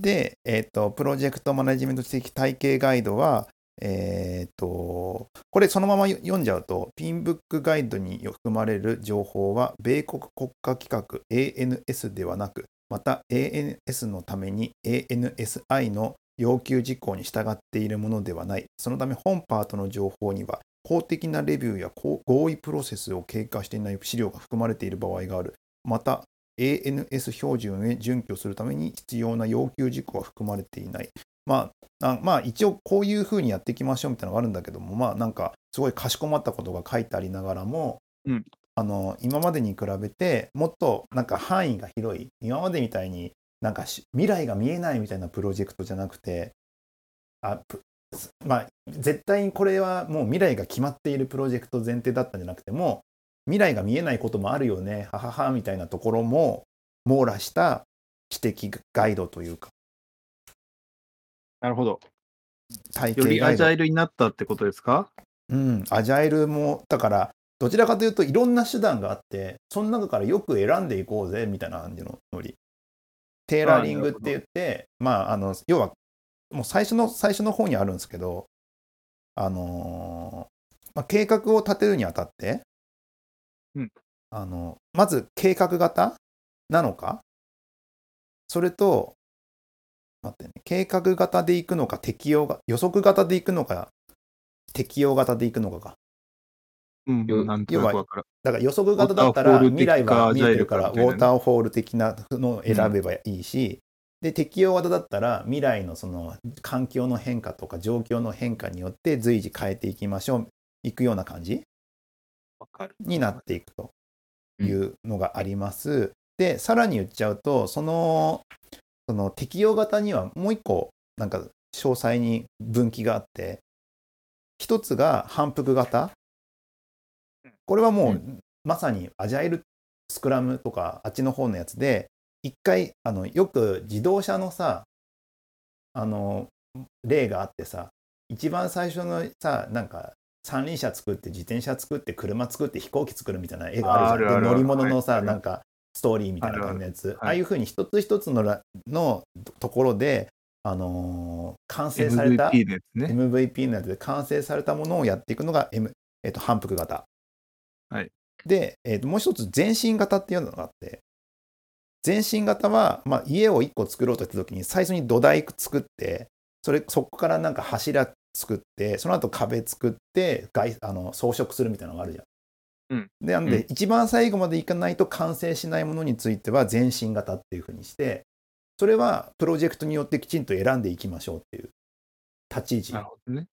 Speaker 1: で、えっ、と、プロジェクトマネジメント知的体系ガイドは、えっ、と、これそのままよ読んじゃうと、ピンブックガイドに含まれる情報は、米国国家規格 ANS ではなく、また ANS のために ANSI の要求事項に従っているものではない。そのため本パートの情報には、公的なレビューやこう合意プロセスを経過していない資料が含まれている場合がある。また、ANS 標準へ準拠するために必要な要求事項は含まれていない。まあ、あまあ、一応こういうふうにやっていきましょうみたいなのがあるんだけども、まあなんかすごいかしこまったことが書いてありながらも、
Speaker 3: うん
Speaker 1: あの今までに比べてもっとなんか範囲が広い、今までみたいになんかし未来が見えないみたいなプロジェクトじゃなくて、あぷまあ、絶対にこれはもう未来が決まっているプロジェクト前提だったんじゃなくても、未来が見えないこともあるよね、はははみたいなところも網羅した知的ガイドというか、
Speaker 3: なるほど。
Speaker 1: 体
Speaker 3: よ
Speaker 1: 系
Speaker 3: り
Speaker 1: ガ
Speaker 3: ア
Speaker 1: イ
Speaker 3: ジ
Speaker 1: ド。
Speaker 3: ャイルになったってことですか
Speaker 1: うん、アジャイルも、だから、どちらかというといろんな手段があって、その中からよく選んでいこうぜみたいな感じのノリ。テーラーリングって言って、まあ、あの、要は、もう最初の、最初の方にあるんですけど、あのーまあ、計画を立てるにあたって、
Speaker 3: うん
Speaker 1: あの、まず計画型なのか、それと、待ってね、計画型でいくのか、適用が、予測型でいくのか、適用型でいくのかか。
Speaker 3: うん
Speaker 2: よ
Speaker 3: なんとなくわかる。
Speaker 1: だから予測型だったら
Speaker 3: ウォ
Speaker 1: 未
Speaker 3: ータ
Speaker 1: 来
Speaker 3: ーフォ
Speaker 1: は
Speaker 3: ール的か
Speaker 1: 見えてるからウ
Speaker 3: アジャイルかみたいなね
Speaker 1: ォーターフォール的なのを選べばいいし、で適用型だったら未来のその環境の変化とか状況の変化によって随時変えていきましょういくような感じ
Speaker 3: わかる
Speaker 1: になっていくというのがあります。でさらに言っちゃうとそのその適用型にはもう一個なんか詳細に分岐があって一つが反復型これはもう、
Speaker 2: う
Speaker 1: まさにアジャイルスクラムとかあっちの方のやつで一回あのよく自動車のさあの例があってさ一番最初のさなんか三輪車作って自転車作って車作って飛行機作るみたいな絵があるじゃん
Speaker 3: あるあるある
Speaker 1: で乗り物のさ
Speaker 3: はい
Speaker 1: なんかストーリーみたいな感じのやつあ
Speaker 3: ある
Speaker 1: あいうふうに一つ一つのらのところで、あのー完成された
Speaker 3: MVP のやつね。
Speaker 1: MVP のやつで完成されたものをやっていくのが、M えっと反復型。
Speaker 3: はい
Speaker 1: で、えっともう一つ全身型っていうのがあって全身型は、まあ、家を1個作ろうとした時に最初に土台作ってそれそこからなんか柱作ってその後壁作って外あの装飾するみたいなのがあるじゃん。
Speaker 3: うん
Speaker 1: でなんで、
Speaker 2: うん
Speaker 1: 一番最後までいかないと完成しないものについては全身型っていうふうにしてそれはプロジェクトによってきちんと選んでいきましょうっていう立ち位
Speaker 3: な
Speaker 1: 置
Speaker 3: るほどね。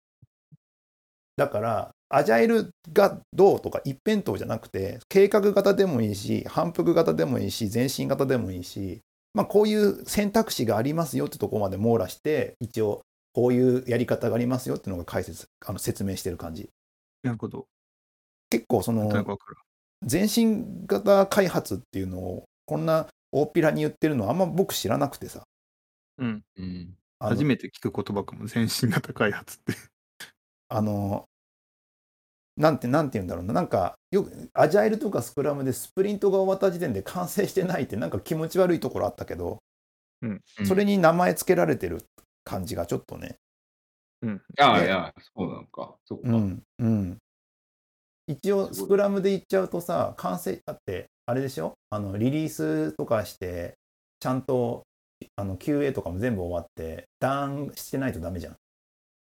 Speaker 1: だから、アジャイルがどうとか一辺倒じゃなくて、計画型でもいいし、反復型でもいいし、全身型でもいいし、まあ、こういう選択肢がありますよってとこまで網羅して、一応、こういうやり方がありますよっていうのが解説、あの説明してる感じ。
Speaker 3: なるほど。
Speaker 1: 結構、そ
Speaker 3: なんとな
Speaker 1: の
Speaker 3: く、わかる。
Speaker 1: 全身型開発っていうのを、こんな大っぴらに言ってるのはあんま僕知らなくてさ。
Speaker 3: うん。
Speaker 2: うん。
Speaker 1: あの
Speaker 3: 初めて聞く言葉かも。全身型開発って。
Speaker 1: あの、なんて、なんて言うんだろうな、なんか、よく、アジャイルとかスクラムでスプリントが終わった時点で完成してないって、なんか気持ち悪いところあったけど、
Speaker 2: うん
Speaker 1: それに名前付けられてる感じがちょっとね、
Speaker 2: ああ、いや、そうなのか。そっか。
Speaker 1: うん、うん。一応、スクラムで言っちゃうとさ、完成、だって、あれでしょあの、リリースとかして、ちゃんと、あの、QA とかも全部終わって、ダウンしてないとダメじゃん。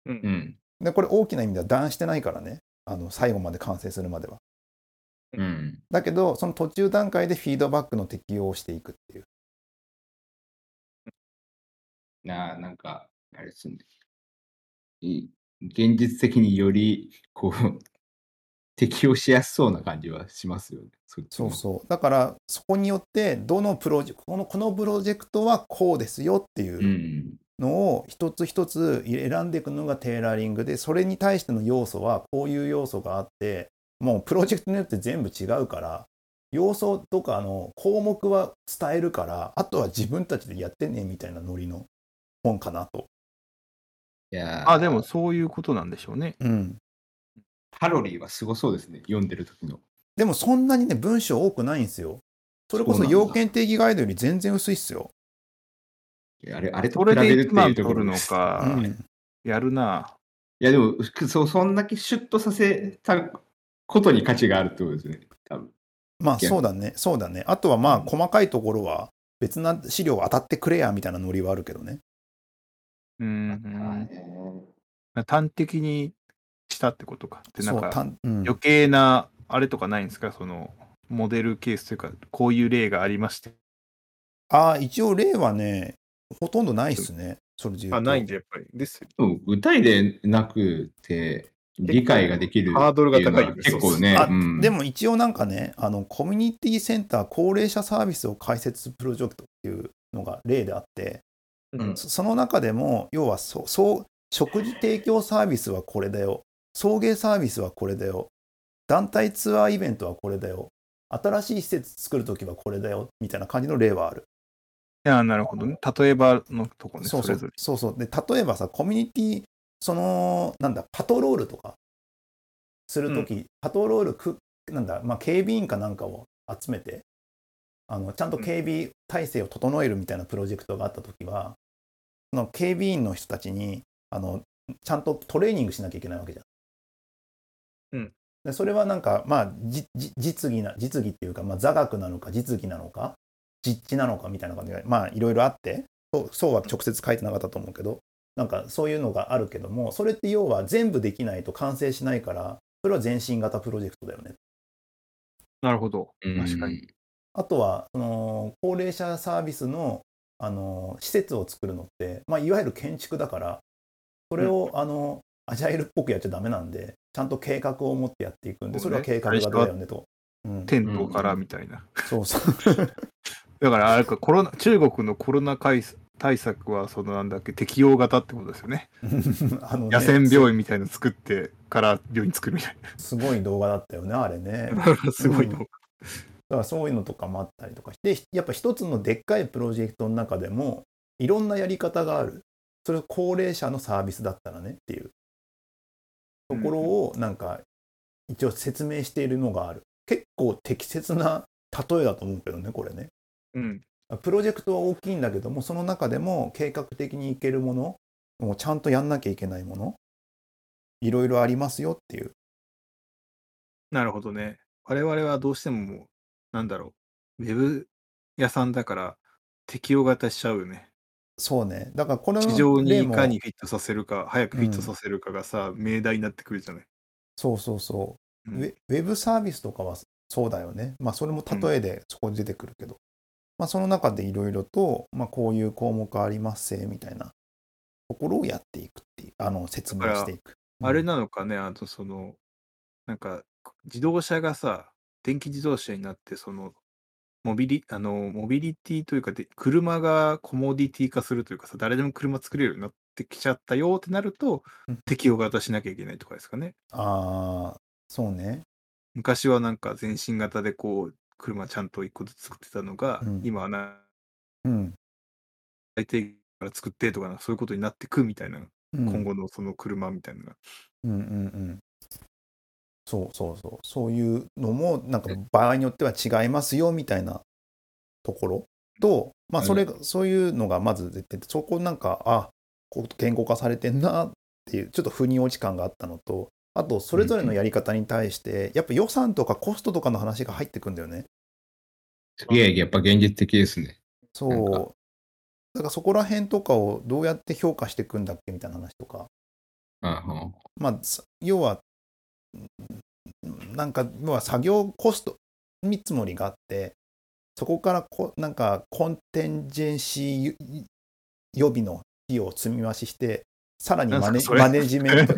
Speaker 2: うん。
Speaker 1: で、これ大きな意味ではダウンしてないからね、あの、最後まで完成するまでは。
Speaker 2: うん。
Speaker 1: だけど、その途中段階でフィードバックの適用をしていくっていう。
Speaker 2: なあ、なんか、あれですね。い現実的により、こう、 *laughs* 適用しやすそうな感じはしますよね。そっち
Speaker 1: そ
Speaker 2: の。
Speaker 1: うそう。だから、そこによって、どのプロジェクト、このこのプロジェクトはこうですよっていううんのを一つ一つ選んでいくのがテーラーリングで、それに対しての要素はこういう要素があって、もうプロジェクトによって全部違うから、要素とかの項目は伝えるから、あとは自分たちでやってねみたいなノリの本かなと。
Speaker 2: いやー
Speaker 3: *laughs* あ、でも、そういうことなんでしょうね。
Speaker 1: うん。
Speaker 2: カロリーはすごそうですね。読んでる時の。
Speaker 1: でもそんなにね、文章多くないんですよ。それこ
Speaker 2: そう
Speaker 1: そ
Speaker 2: なんだ
Speaker 1: 要件定義ガイドより全然薄いっすよ。
Speaker 2: いやあれ、あれと
Speaker 3: そ
Speaker 2: 比べ
Speaker 3: れ
Speaker 2: るっ
Speaker 3: で
Speaker 2: て
Speaker 3: 1万
Speaker 2: いう
Speaker 3: 取
Speaker 2: ところ
Speaker 3: るの
Speaker 2: です
Speaker 1: う
Speaker 3: か。
Speaker 1: ん、
Speaker 3: やるな。
Speaker 2: いや、でも、そそんだけシュッとさせたことに価値があるってことですね。多分
Speaker 1: まあ
Speaker 2: いや
Speaker 1: そうだね、そうだね。あとはまあ細かいところは別な資料当たってくれやみたいなノリはあるけどね。
Speaker 3: うんうん。端的にしたってことか。で、なん
Speaker 1: そう
Speaker 3: か
Speaker 1: た、んうん
Speaker 3: 余計な、あれとかないんですかその、モデルケースというか、こういう例がありまして。
Speaker 1: ああ、一応例はね、ほとんどないっすね。それで言うと。
Speaker 3: だ、やっぱり。ですよ。
Speaker 2: でも具体例なくて、理解ができる
Speaker 3: ハードルが高い
Speaker 2: ってう
Speaker 3: よね
Speaker 2: のは結構ね、
Speaker 1: あ
Speaker 2: うん
Speaker 1: でも一応なんかね、あのコミュニティセンター高齢者サービスを開設プロジェクトっていうのが例であって、
Speaker 2: うん
Speaker 1: そその中でも、要はそそう食事提供サービスはこれだよ、送迎サービスはこれだよ、団体ツアーイベントはこれだよ、新しい施設作るときはこれだよ、みたいな感じの例はある。
Speaker 3: いや、なるほどね。例えばのとこね、
Speaker 1: そ
Speaker 3: そう
Speaker 1: そ
Speaker 3: れ
Speaker 1: う
Speaker 3: ぞれ。
Speaker 1: そうそう。で、例えばさ、コミュニティ、その、なんだ、パトロールとかするとき、パトロールくなんだ、まあ、警備員かなんかを集めてあのちゃんと警備体制を整えるみたいなプロジェクトがあった時はその警備員の人たちにあのちゃんとトレーニングしなきゃいけないわけじゃ
Speaker 4: う
Speaker 1: ん。
Speaker 4: ん
Speaker 1: でそれはなんかまあじじ実技な実技っていうか、まあ、座学なのか実技なのか実地なのかみたいな感じがまあいろいろあってそうそうは直接書いてなかったと思うけどなんかそういうのがあるけどもそれって要は全部できないと完成しないからそれは全身型プロジェクトだよね
Speaker 3: なるほど。
Speaker 2: うん
Speaker 3: 確かに。。
Speaker 1: あとはその高齢者サービスのあの施設を作るのって、まあ、いわゆる建築だからそれを、あのアジャイルっぽくやっちゃダメなんでちゃんと計画を持ってやっていくんで
Speaker 3: そ
Speaker 1: そうれ
Speaker 3: ね
Speaker 1: は計画型だよねと。うん、
Speaker 3: テントからみたいな。
Speaker 1: そう *laughs* そう。
Speaker 3: だから、あれか、コロナ、中国のコロナ対策対策は、そのなんだっけ、適用型ってことですよね。
Speaker 1: あのね
Speaker 3: 野戦病院みたいの作ってから病院作るみたい
Speaker 1: すごい動画だったよね、あれね。だか
Speaker 3: な。 *laughs* すごいの。
Speaker 1: らそういうのとかもあったりとかして、やっぱ一つのでっかいプロジェクトの中でも、いろんなやり方がある。それ高齢者のサービスだったらねっていうところを、なんか、一応説明しているのがある。結構適切な例えだと思うけどね、これね。
Speaker 4: うん。
Speaker 1: プロジェクトは大きいんだけども、その中でも計画的にいけるもの、もうちゃんとやんなきゃいけないもの、いろいろありますよっていう。
Speaker 3: なるほどね。我々はどうしてももう、なんだろう、ウェブ屋さんだから適用型しちゃうよね。
Speaker 1: そうね。だからこの
Speaker 3: 市場に
Speaker 1: 例
Speaker 3: い
Speaker 1: も
Speaker 3: かにフィットさせるか、早くフィットさせるかがさ、命題になってくるじゃない。
Speaker 1: そうそうそう、
Speaker 3: うん
Speaker 1: ウェ。ウェブサービスとかはそうだよね。まあそれも例えでそこに出てくるけど。まあその中でいろいろと、まあこういう項目ありますせみたいなところをやっていくっていう、あの説明していく。
Speaker 3: あれなのかね、あとその、なんか、自動車がさ、電気自動車になって、その、モビリあのモビリティというかで、車がコモディティ化するというかさ、誰でも車作れるようになってきちゃったよってなると
Speaker 1: うん、
Speaker 3: 適用型しなきゃいけないとかですかね。
Speaker 1: ああ、そうね。
Speaker 3: 昔はなんか全身型でこう、車ちゃんと一個ずつ作ってたのが、
Speaker 1: うん
Speaker 3: 今はな
Speaker 1: うん。
Speaker 3: 最低から作ってとかな、そういうことになってくみたいな、
Speaker 1: うん
Speaker 3: 今後のその車みたいなのが。
Speaker 1: うんうんうん。そうそうそう。そういうのも、なんか場合によっては違いますよみたいなところと、まあそれが、そういうのがまず出てて、そこなんか、あこう言語化されてんなっていう、ちょっと腑に落ち感があったのと、あと、それぞれのやり方に対して、やっぱ予算とかコストとかの話が入ってくんだよね。
Speaker 2: すげえ、やっぱ現実的ですね。なんか
Speaker 1: そう。だからそこら辺とかをどうやって評価していくんだっけみたいな話とか。
Speaker 2: あは
Speaker 1: まあ、さ要は、うんなんか、要は作業コスト、見積もりがあって、そこからこ、なんか、コンテンジェンシー予備の費用を積み増しして、さらにマ
Speaker 3: なん
Speaker 1: ネ
Speaker 3: すかそれ
Speaker 1: マネジ
Speaker 3: *laughs*
Speaker 1: メント、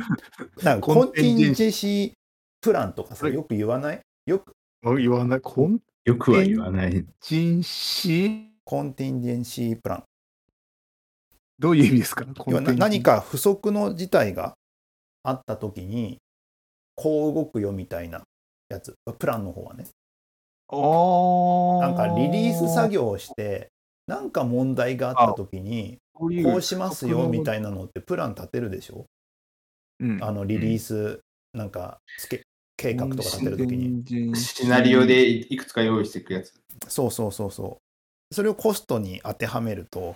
Speaker 1: なんかコ
Speaker 3: コ
Speaker 1: ン
Speaker 3: ン
Speaker 1: テ
Speaker 3: テンジェンシ
Speaker 1: ンジェ
Speaker 3: ー
Speaker 1: ンシープランとか
Speaker 3: そ
Speaker 1: さ、
Speaker 3: れ
Speaker 1: よく言わないよく
Speaker 3: あ言わない、コン
Speaker 2: よくは言わない。
Speaker 3: 人士
Speaker 1: コンテンジェンシープラン。
Speaker 3: どういう意味ですか
Speaker 1: 要はな何。か不測の事態があったときに、こう動くよみたいなやつ、プランの方はね。
Speaker 3: あ
Speaker 1: なんかリリース作業をして、なんか問題があった時に、こうしますよみ
Speaker 3: い
Speaker 1: たいなのってプラン立てるでしょ
Speaker 3: な
Speaker 1: あのリリース、なんかつけ計画とか立てる時に。
Speaker 3: に
Speaker 2: シナリオ。でいくつか用意していくやつ。
Speaker 1: そうそうそうそう。それをコストに当てはめると、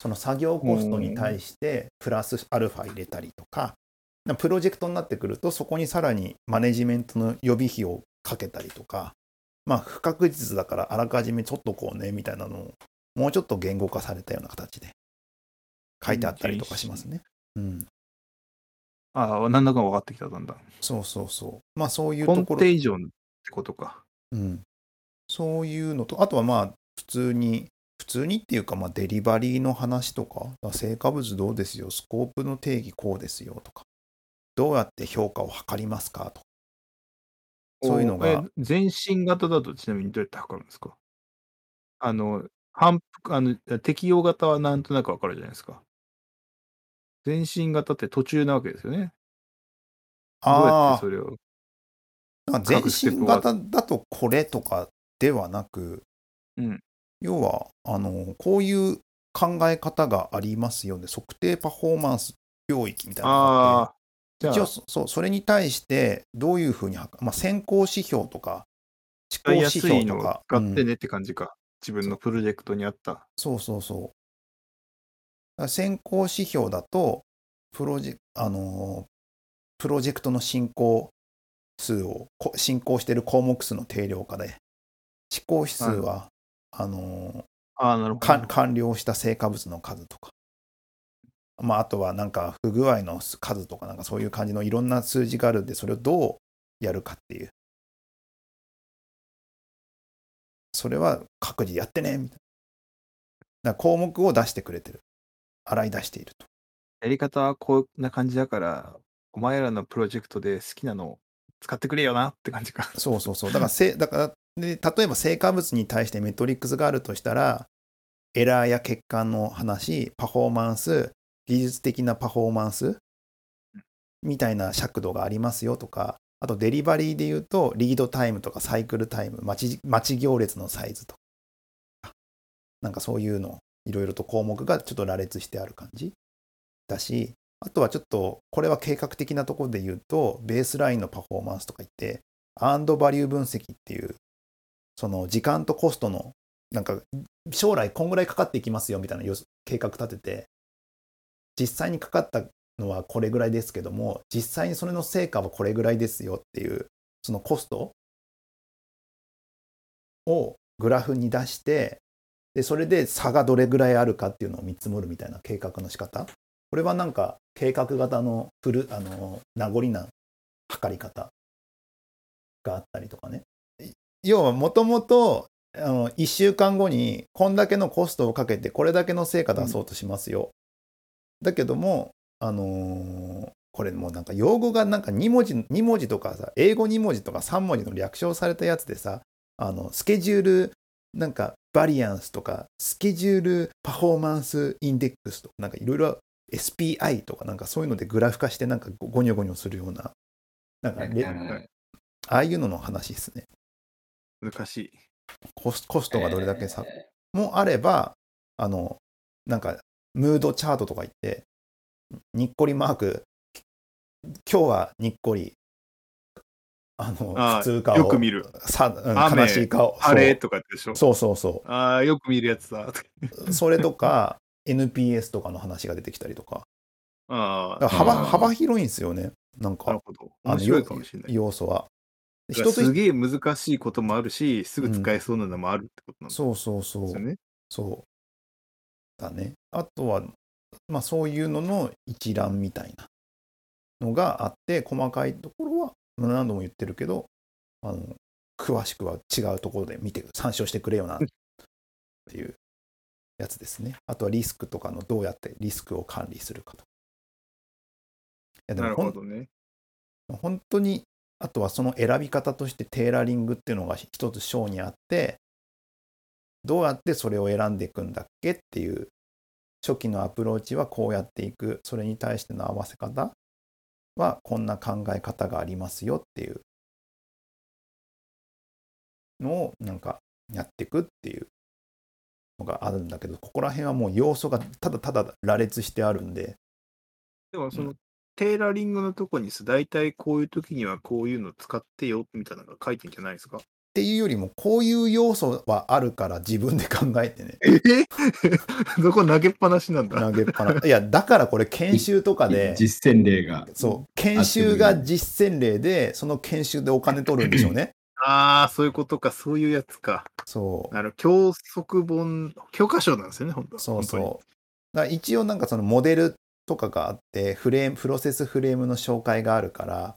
Speaker 1: その作業コストに対してプラスアルファ入れたりとか、なプロジェクトになってくると、そこにさらにマネジメントの予備費をかけたりとか、まあ不確実だからあらかじめちょっとこうねみたいなのを、もうちょっと言語化されたような形で書いてあったりとかしますね。うん。
Speaker 3: ああ、なんだか分かってきた、だんだん。そう
Speaker 1: そうそうそう。まあそういう
Speaker 3: コ
Speaker 1: と
Speaker 3: ン
Speaker 1: ころ
Speaker 3: テ。以上ってことか。
Speaker 1: うん、そういうのと、あとはまあ、普通に、普通にっていうか、まあ、デリバリーの話とか、成果物どうですよ、スコープの定義こうですよとか、どうやって評価を測りますかとか、そういうの
Speaker 3: え
Speaker 1: が、。
Speaker 3: 全身型だとちなみにどうやって測るんですかあの、反復、あの、適用型はなんとなく分かるじゃないですか。全身型って途中なわけですよね。どうやっ
Speaker 1: あ
Speaker 3: てそれを。
Speaker 1: あ、なんか全身型だとこれとかではなく、
Speaker 3: うん
Speaker 1: 要は、あの、こういう考え方がありますよね、測定パフォーマンス領域みたいなのがあって
Speaker 3: ああ、じゃあ
Speaker 1: 一応そそうそれに対してどういうふうにはか、まあ、先行指標とか遅
Speaker 3: 使
Speaker 1: 行
Speaker 3: い
Speaker 1: 指
Speaker 3: やすい
Speaker 1: 標
Speaker 3: の
Speaker 1: と
Speaker 3: を
Speaker 1: か、
Speaker 3: 使って
Speaker 1: うん
Speaker 3: ねって感じか。自分のプロジェクトにあった。
Speaker 1: そうそうそうだから先行指標だとプロジェ、あのープロジェクトの進行数をこ進行している項目数の定量化で執行指数は、あのー
Speaker 3: ああ、なるほど。
Speaker 1: 完完了した成果物の数とか、まあ、あとはなんか不具合の数とか、なんかそういう感じのいろんな数字があるんで、それをどうやるかっていう。それは各自やってねみたいな。だから項目を出してくれてる。洗い出していると。
Speaker 3: やり方はこんな感じだから、お前らのプロジェクトで好きなのを使ってくれよなって感じか。
Speaker 1: そうそうそう。だからせ、だからで例えば成果物に対してメトリックスがあるとしたら、エラーや欠陥の話、パフォーマンス、技術的なパフォーマンスみたいな尺度がありますよとか、あとデリバリーで言うと、リードタイムとかサイクルタイム、待ち待ち行列のサイズとか、なんかそういうの、いろいろと項目がちょっと羅列してある感じだし、あとはちょっと、これは計画的なところで言うと、ベースラインのパフォーマンスとか言って、アンドバリュー分析っていう、その時間とコストの、なんか将来こんぐらいかかっていきますよみたいな予測計画立てて、実際にかかったのはこれぐらいですけども、実際にそれの成果はこれぐらいですよっていう、そのコストをグラフに出して、で、それで差がどれぐらいあるかっていうのを見積もるみたいな計画の仕方。これはなんか計画型の古、あの、名残な測り方があったりとかね。い要はもともとあの1週間後にこんだけのコストをかけてこれだけの成果出そうとしますよ。だけども、あのーこれもうなんか用語がなんか2文字2文字とかさ英語2文字とか3文字の略称されたやつでさあのスケジュールなんかバリアンスとかスケジュールパフォーマンスインデックスとかなんかいろいろ SPI とかなんかそういうのでグラフ化してなんかゴニョゴニョするようななんかレ
Speaker 2: あの
Speaker 1: ああいうのの話ですね。
Speaker 3: *laughs* 難しい。
Speaker 1: コスコストがどれだけさ、
Speaker 2: え
Speaker 1: もあれば、あの、なんか、ムードチャートとか言って、にっこりマーク、今日はにっこり、あの、
Speaker 3: あ
Speaker 1: 普通顔、
Speaker 3: よく見る
Speaker 1: さうん
Speaker 3: 雨
Speaker 1: 悲しい顔、
Speaker 3: あれとかでしょ。
Speaker 1: そうそうそう
Speaker 3: ああ、よく見るやつだ。 *laughs*
Speaker 1: そう。それとか、NPS とかの話が出てきたりとか、
Speaker 3: あ
Speaker 1: だ
Speaker 3: あ、
Speaker 1: から
Speaker 2: う
Speaker 1: 幅
Speaker 2: ん
Speaker 1: 幅広いんですよね、なん
Speaker 3: なる
Speaker 1: か、
Speaker 3: ほど。
Speaker 1: あの
Speaker 3: 面白いかもしれない。
Speaker 1: 要素は。
Speaker 3: だから
Speaker 1: 一つ
Speaker 3: すげえ難しいこともあるし、すぐ使えそうなのもあるってことなんです
Speaker 1: そうそうそう。
Speaker 3: よね。
Speaker 1: そう。だね。あとは、まあそういうのの一覧みたいなのがあって、細かいところは、まあ何度も言ってるけど、あの、詳しくは違うところで見て、参照してくれよな、っていうやつですね。あとはリスクとかのどうやってリスクを管理するかとか。いやで
Speaker 3: な
Speaker 1: も
Speaker 3: る
Speaker 1: ほ
Speaker 3: ほ
Speaker 1: ん
Speaker 3: どね。
Speaker 1: 本当にあとはその選び方としてテーラリングっていうのが一つ章にあってどうやってそれを選んでいくんだっけっていう初期のアプローチはこうやっていくそれに対しての合わせ方はこんな考え方がありますよっていうのをなんかやっていくっていうのがあるんだけどここら辺はもう要素がただただ羅列してあるんで
Speaker 3: でもその、テーラリングのとこにさ、大体こういう時にはこういうの使ってよみたいなのが書いてんじゃないですか
Speaker 1: っていうよりもこういう要素はあるから自分で考えてね
Speaker 3: え *laughs* そこ投げっぱなしなんだ。
Speaker 1: 投げっぱな。いや、だからこれ研修とか
Speaker 2: ー
Speaker 1: で、
Speaker 2: 実践例が。
Speaker 1: そう、研修が実践例で、その研修でお金取るんでしょうね。
Speaker 3: ああ、そういうことか、そういうやつか。
Speaker 1: そう。
Speaker 3: なる教則本、教科書なんですよね、本当
Speaker 1: そうそう。
Speaker 3: 本
Speaker 1: だから一応なんかそのモデルとかがあって、フレーム、プロセスフレームの紹介があるから、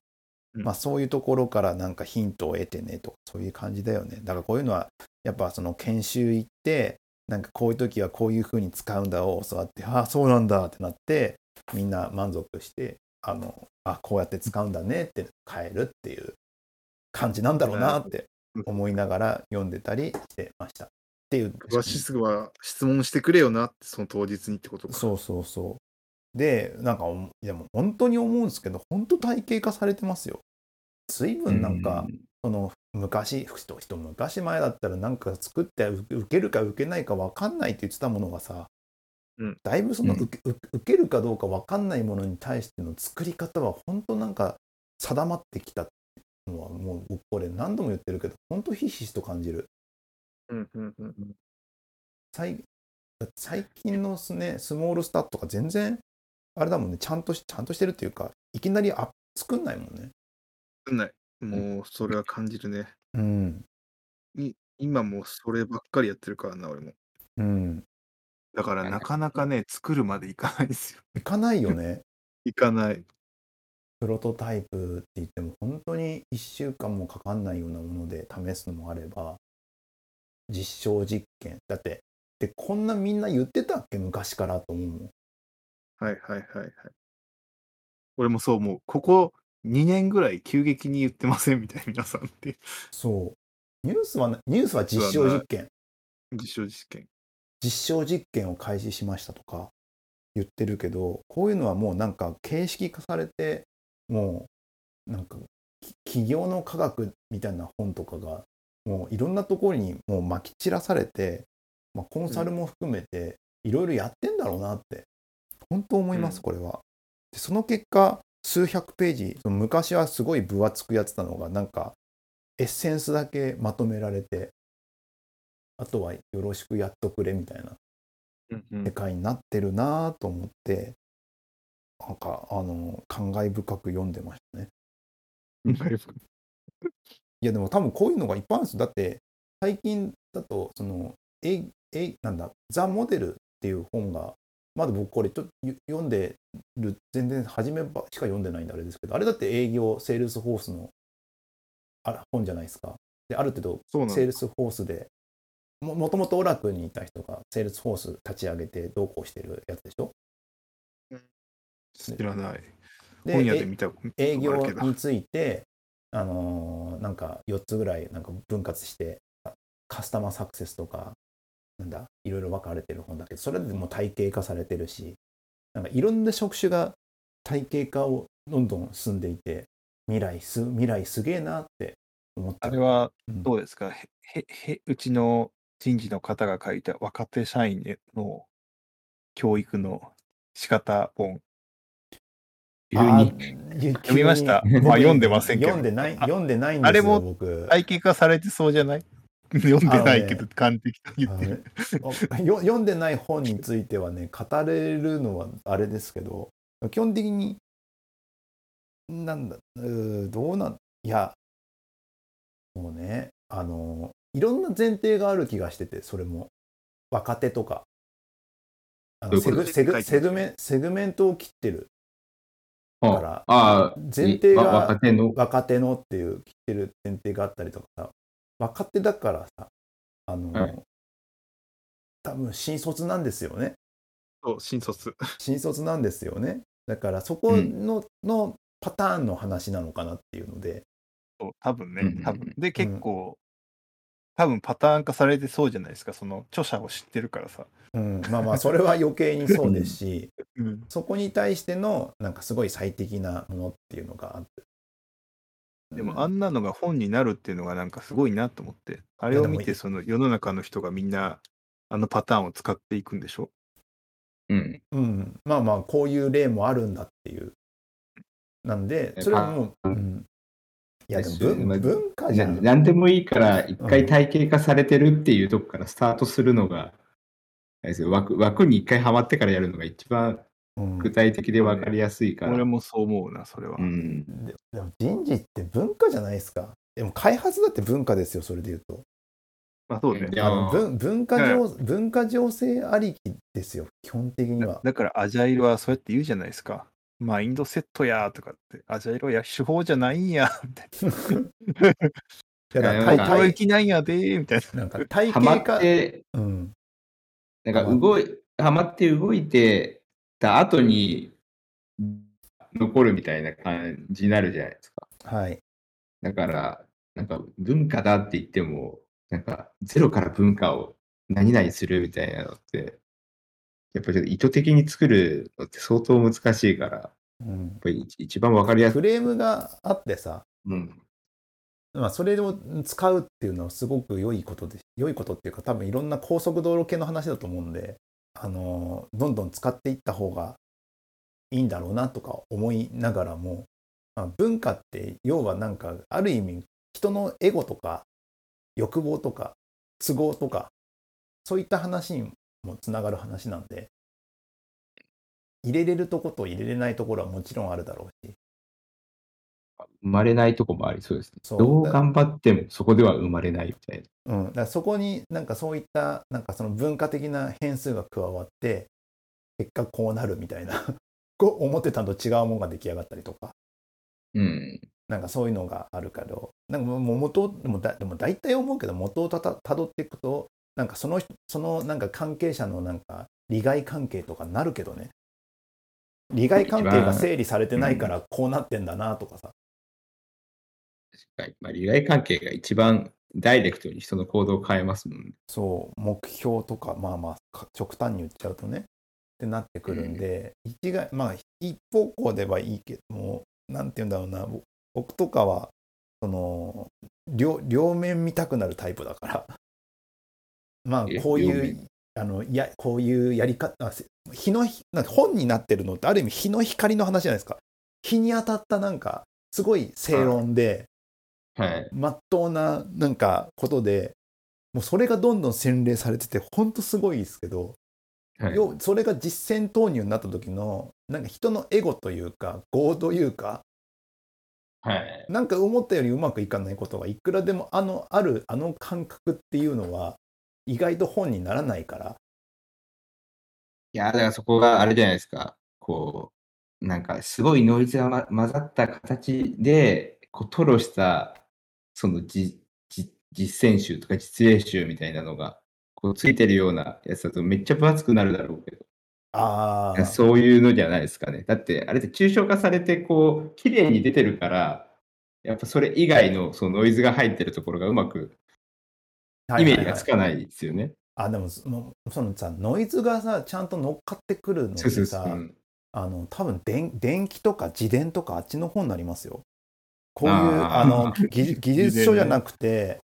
Speaker 3: うん
Speaker 1: まあそういうところからなんかヒントを得てねとか、そういう感じだよね。だからこういうのは、やっぱその研修行って、なんかこういう時はこういう風に使うんだを教わって、ああ、そうなんだってなって、みんな満足して、あの、あこうやって使うんだねって変えるっていう感じなんだろうなって思いながら読んでたりしてました。っていう
Speaker 3: 当に詳しすは質問してくれよなって、その当日にってことか。
Speaker 1: そうそうそう。で、なんか、おでも本当に思うんですけど、本当体系化されてますよ。随分なんか、その昔、ふと一昔前だったら、なんか作って受けるか受けないか分かんないって言ってたものがさ、
Speaker 4: うん
Speaker 1: だいぶその
Speaker 2: うん
Speaker 1: 受け,、受けるかどうか分かんないものに対しての作り方は本当なんか定まってきたのはもう僕これ何度も言ってるけど本当ひしひしと感じる
Speaker 4: うんうんうん
Speaker 1: 最だって最近のすねスモールスタットが全然あれだもんねちゃんとしちゃんとしてるっていうかいきなりあ作んないもんね
Speaker 3: わかんない。もう、それは感じるね。
Speaker 1: うん
Speaker 3: 今もうそればっかりやってるからな、俺も。
Speaker 1: うん
Speaker 3: だから、なかなかね、作るまでいかないですよ。
Speaker 1: いかないよね
Speaker 3: いかない。
Speaker 1: プロトタイプって言っても本当に1週間もかかんないようなもので試すのもあれば実証実験だってでこんなみんな言ってたっけ昔からと思うもん
Speaker 3: はいはいはいはい。俺もそう思う。ここ2年ぐらい急激に言ってませんみたいな皆さんって。
Speaker 1: そうニュースはなニュースは実証実験
Speaker 3: 実証実験。
Speaker 1: 実証実験を開始しましたとか言ってるけどこういうのはもうなんか形式化されてもうなんかき企業の科学みたいな本とかがもういろんなところにもうまき散らされて、まあ、コンサルも含めていろいろやってんだろうなって本当思います
Speaker 3: うん
Speaker 1: これは。でその結果数百ページその昔はすごい分厚くやってたのがなんかエッセンスだけまとめられてあとはよろしくやっとくれみたいな
Speaker 3: うん *laughs*
Speaker 1: 世界になってるなぁと思ってなんかあの感慨深く読んでましたね。いやでも多分こういうのがいっぱいあるんですよ。だって最近だとそのええなんだザ・モデルっていう本がまだ僕これちょっとゆ読んでる全然初めばしか読んでないんであれですけどあれだって営業セールスフォースのあ本じゃないですか。である程度
Speaker 3: そうなんだ
Speaker 1: セールスフォースでももともとオラクルにいた人がセールスフォース立ち上げてどうこうしてるやつでしょ
Speaker 3: 知らない。
Speaker 1: で
Speaker 3: 本屋で見たこと
Speaker 1: 営業
Speaker 3: あるけど
Speaker 1: について、あのーなんか4つぐらいなんか分割してあカスタマーサクセスとかなんだいろいろ分かれてる本だけどそれでもう体系化されてるしなんかいろんな職種が体系化をどんどん進んでいて未来す未来すげえなって思って
Speaker 3: あれは
Speaker 1: うん
Speaker 3: どうですか、へへへうちの人事の方が書いた若手社員への教育の仕方 *laughs* 本。
Speaker 2: 急に。
Speaker 1: 読
Speaker 3: 読みましたまあ読んでませんけど
Speaker 1: 読んでない
Speaker 3: あ
Speaker 1: 読んでないんですよ
Speaker 3: あれも
Speaker 1: 僕
Speaker 3: 体系化されてそうじゃない *laughs* 読んでないけ
Speaker 1: あの
Speaker 3: ど、完璧と言ってる。
Speaker 1: あのよ読んでない本についてはね語れるのはあれですけど基本的になんだうーどうなんいやもうねあのいろんな前提がある気がしててそれも若手とかあの
Speaker 2: どういう
Speaker 1: セ
Speaker 2: こと
Speaker 1: グセグセグメセグメントを切ってるだから
Speaker 2: ああ、
Speaker 1: 前提が
Speaker 2: わ若手の。
Speaker 1: 若手のっていう切ってる前提があったりとかさ若手だからさあの、
Speaker 2: はい
Speaker 1: 多分新卒なんですよね
Speaker 3: そう新卒。
Speaker 1: 新卒なんですよねだからそこの,、のパターンの話なのかなっていうので
Speaker 3: そう多分
Speaker 2: うんうんう
Speaker 3: ね
Speaker 2: ん、
Speaker 3: 多分。で、結構、多分パターン化されてそうじゃないですか、その著者を知ってるからさ。
Speaker 1: うん、まあまあそれは余計にそうですし
Speaker 3: うん、
Speaker 1: そこに対してのなんかすごい最適なものっていうのがあって
Speaker 3: でも、あんなのが本になるっていうのがなんかすごいなと思って、あれを見
Speaker 1: いやでも
Speaker 3: て、その世の中の人がみんな、あのパターンを使っていくんでしょ
Speaker 2: うん。
Speaker 1: うん、まあまあこういう例もあるんだっていうなんでそれはもう、
Speaker 2: あ
Speaker 1: うん、いやでも
Speaker 2: ま
Speaker 1: 文
Speaker 2: あ
Speaker 1: 文化じゃん
Speaker 2: 何でもいいから、一回体系化されてるっていうとこからスタートするのが、あれですよ枠枠に一回ハマってからやるのが一番
Speaker 1: うん
Speaker 2: 具体的で分かりやすいから。
Speaker 3: 俺もそう思うな、それは。
Speaker 2: うん、
Speaker 1: ででも人事って文化じゃないですか。でも開発だって文化ですよ、それで言うと。
Speaker 3: まあそうね
Speaker 2: い。や
Speaker 1: あの文文化情文化情勢ありきですよ、基本的に
Speaker 3: だ
Speaker 1: は。
Speaker 3: だからアジャイルはそうやって言うじゃないですか。マインドセットやーとかって、アジャイルはや手法じゃないんや、みたい
Speaker 1: だか
Speaker 2: い
Speaker 1: ら
Speaker 2: や
Speaker 1: 体
Speaker 2: は
Speaker 3: な。
Speaker 2: い
Speaker 3: 心
Speaker 1: 体
Speaker 3: 意気なんやでー、みたいな。
Speaker 1: なんか体
Speaker 2: ハマ
Speaker 1: 系
Speaker 2: っ
Speaker 1: 化、
Speaker 2: て、
Speaker 1: うん、
Speaker 2: なんか動い、ハマって動いてた後に残るみたいな感じになるじゃないですか。
Speaker 1: はい。
Speaker 2: だから、なんか文化だって言っても、なんかゼロから文化を何々するみたいなのって、やっぱりちょっと意図的に作るのって相当難しいから、やっ
Speaker 1: うん、
Speaker 2: ぱり一一番わかりやす
Speaker 1: フ
Speaker 2: い。
Speaker 1: レームがあってさ、
Speaker 2: うん。
Speaker 1: まあ、それを使うっていうのはすごく良いことです。良いことっていうか、多分いろんな高速道路系の話だと思うんで、あのどんどん使っていった方がいいんだろうなとか思いながらも、まあ、文化って要はなんかある意味人のエゴとか欲望とか都合とかそういった話にもつながる話なんで入れれるとこと入れれないところはもちろんあるだろうし
Speaker 2: 生まれないとこもありそうですね。
Speaker 1: そう
Speaker 2: どう頑張ってもそこでは生まれないみたいな。
Speaker 1: うん、だからそこになんかそういったなんかその文化的な変数が加わって結果こうなるみたいな *laughs* こう思ってたのと違うものが出来上がったりとか
Speaker 2: うん。
Speaker 1: なんかそういうのがあるけどなんかもう元をでもだでも大体思うけど元をたたたどっていくとなんかその人そのなんか関係者のなんか利害関係とかになるけどね利害関係が整理されてないからこうなってんだなとかさ、
Speaker 2: 確かに。まあ、利害関係が一番ダイレクトに人の行動を変えますもんね。
Speaker 1: そう目標とかまあまあか極端に言っちゃうとねってなってくるんで、一概まあ一方向ではいいけどもなんて言うんだろうなぼ僕とかはその両両面見たくなるタイプだから *laughs* まあ
Speaker 2: え
Speaker 1: こう
Speaker 2: 両
Speaker 1: い
Speaker 2: 面
Speaker 1: うあのいやこういうやり方あせ日のひなんか本になってるのってある意味日の光の話じゃないですか日に当たったなんかすごい正論で、
Speaker 2: はい。
Speaker 1: まっとうななんかことでもうそれがどんどん洗練されててほんとすごいですけど、
Speaker 2: はい、
Speaker 1: 要それが実践投入になった時のなんか人のエゴというか業というか
Speaker 2: はい、
Speaker 1: なんか思ったよりうまくいかないことがいくらでもあのあるあの感覚っていうのは意外と本にならないから
Speaker 2: いや、だからそこがあれじゃないですか。こう、なんかすごいノイズが、ま、混ざった形で、こう、吐露した、そのじじ実践集とか実例集みたいなのが、こう、ついてるようなやつだとめっちゃ分厚くなるだろうけど。
Speaker 1: あ
Speaker 2: いや
Speaker 1: あ
Speaker 2: そういうのじゃないですかね。だって、あれって抽象化されて、こう、綺麗に出てるから、やっぱそれ以外のそのノイズが入ってるところがうまくイメージがつかないですよね。
Speaker 1: あでもそのそのさノイズがさちゃんと乗っかってくるのって
Speaker 2: そう
Speaker 1: さ
Speaker 2: そうそう。うん
Speaker 1: あの多分電電気とか自伝とかあっちの方になりますよ。こういうあ
Speaker 2: あー
Speaker 1: の
Speaker 2: *laughs*
Speaker 1: 技技術書じゃなくて、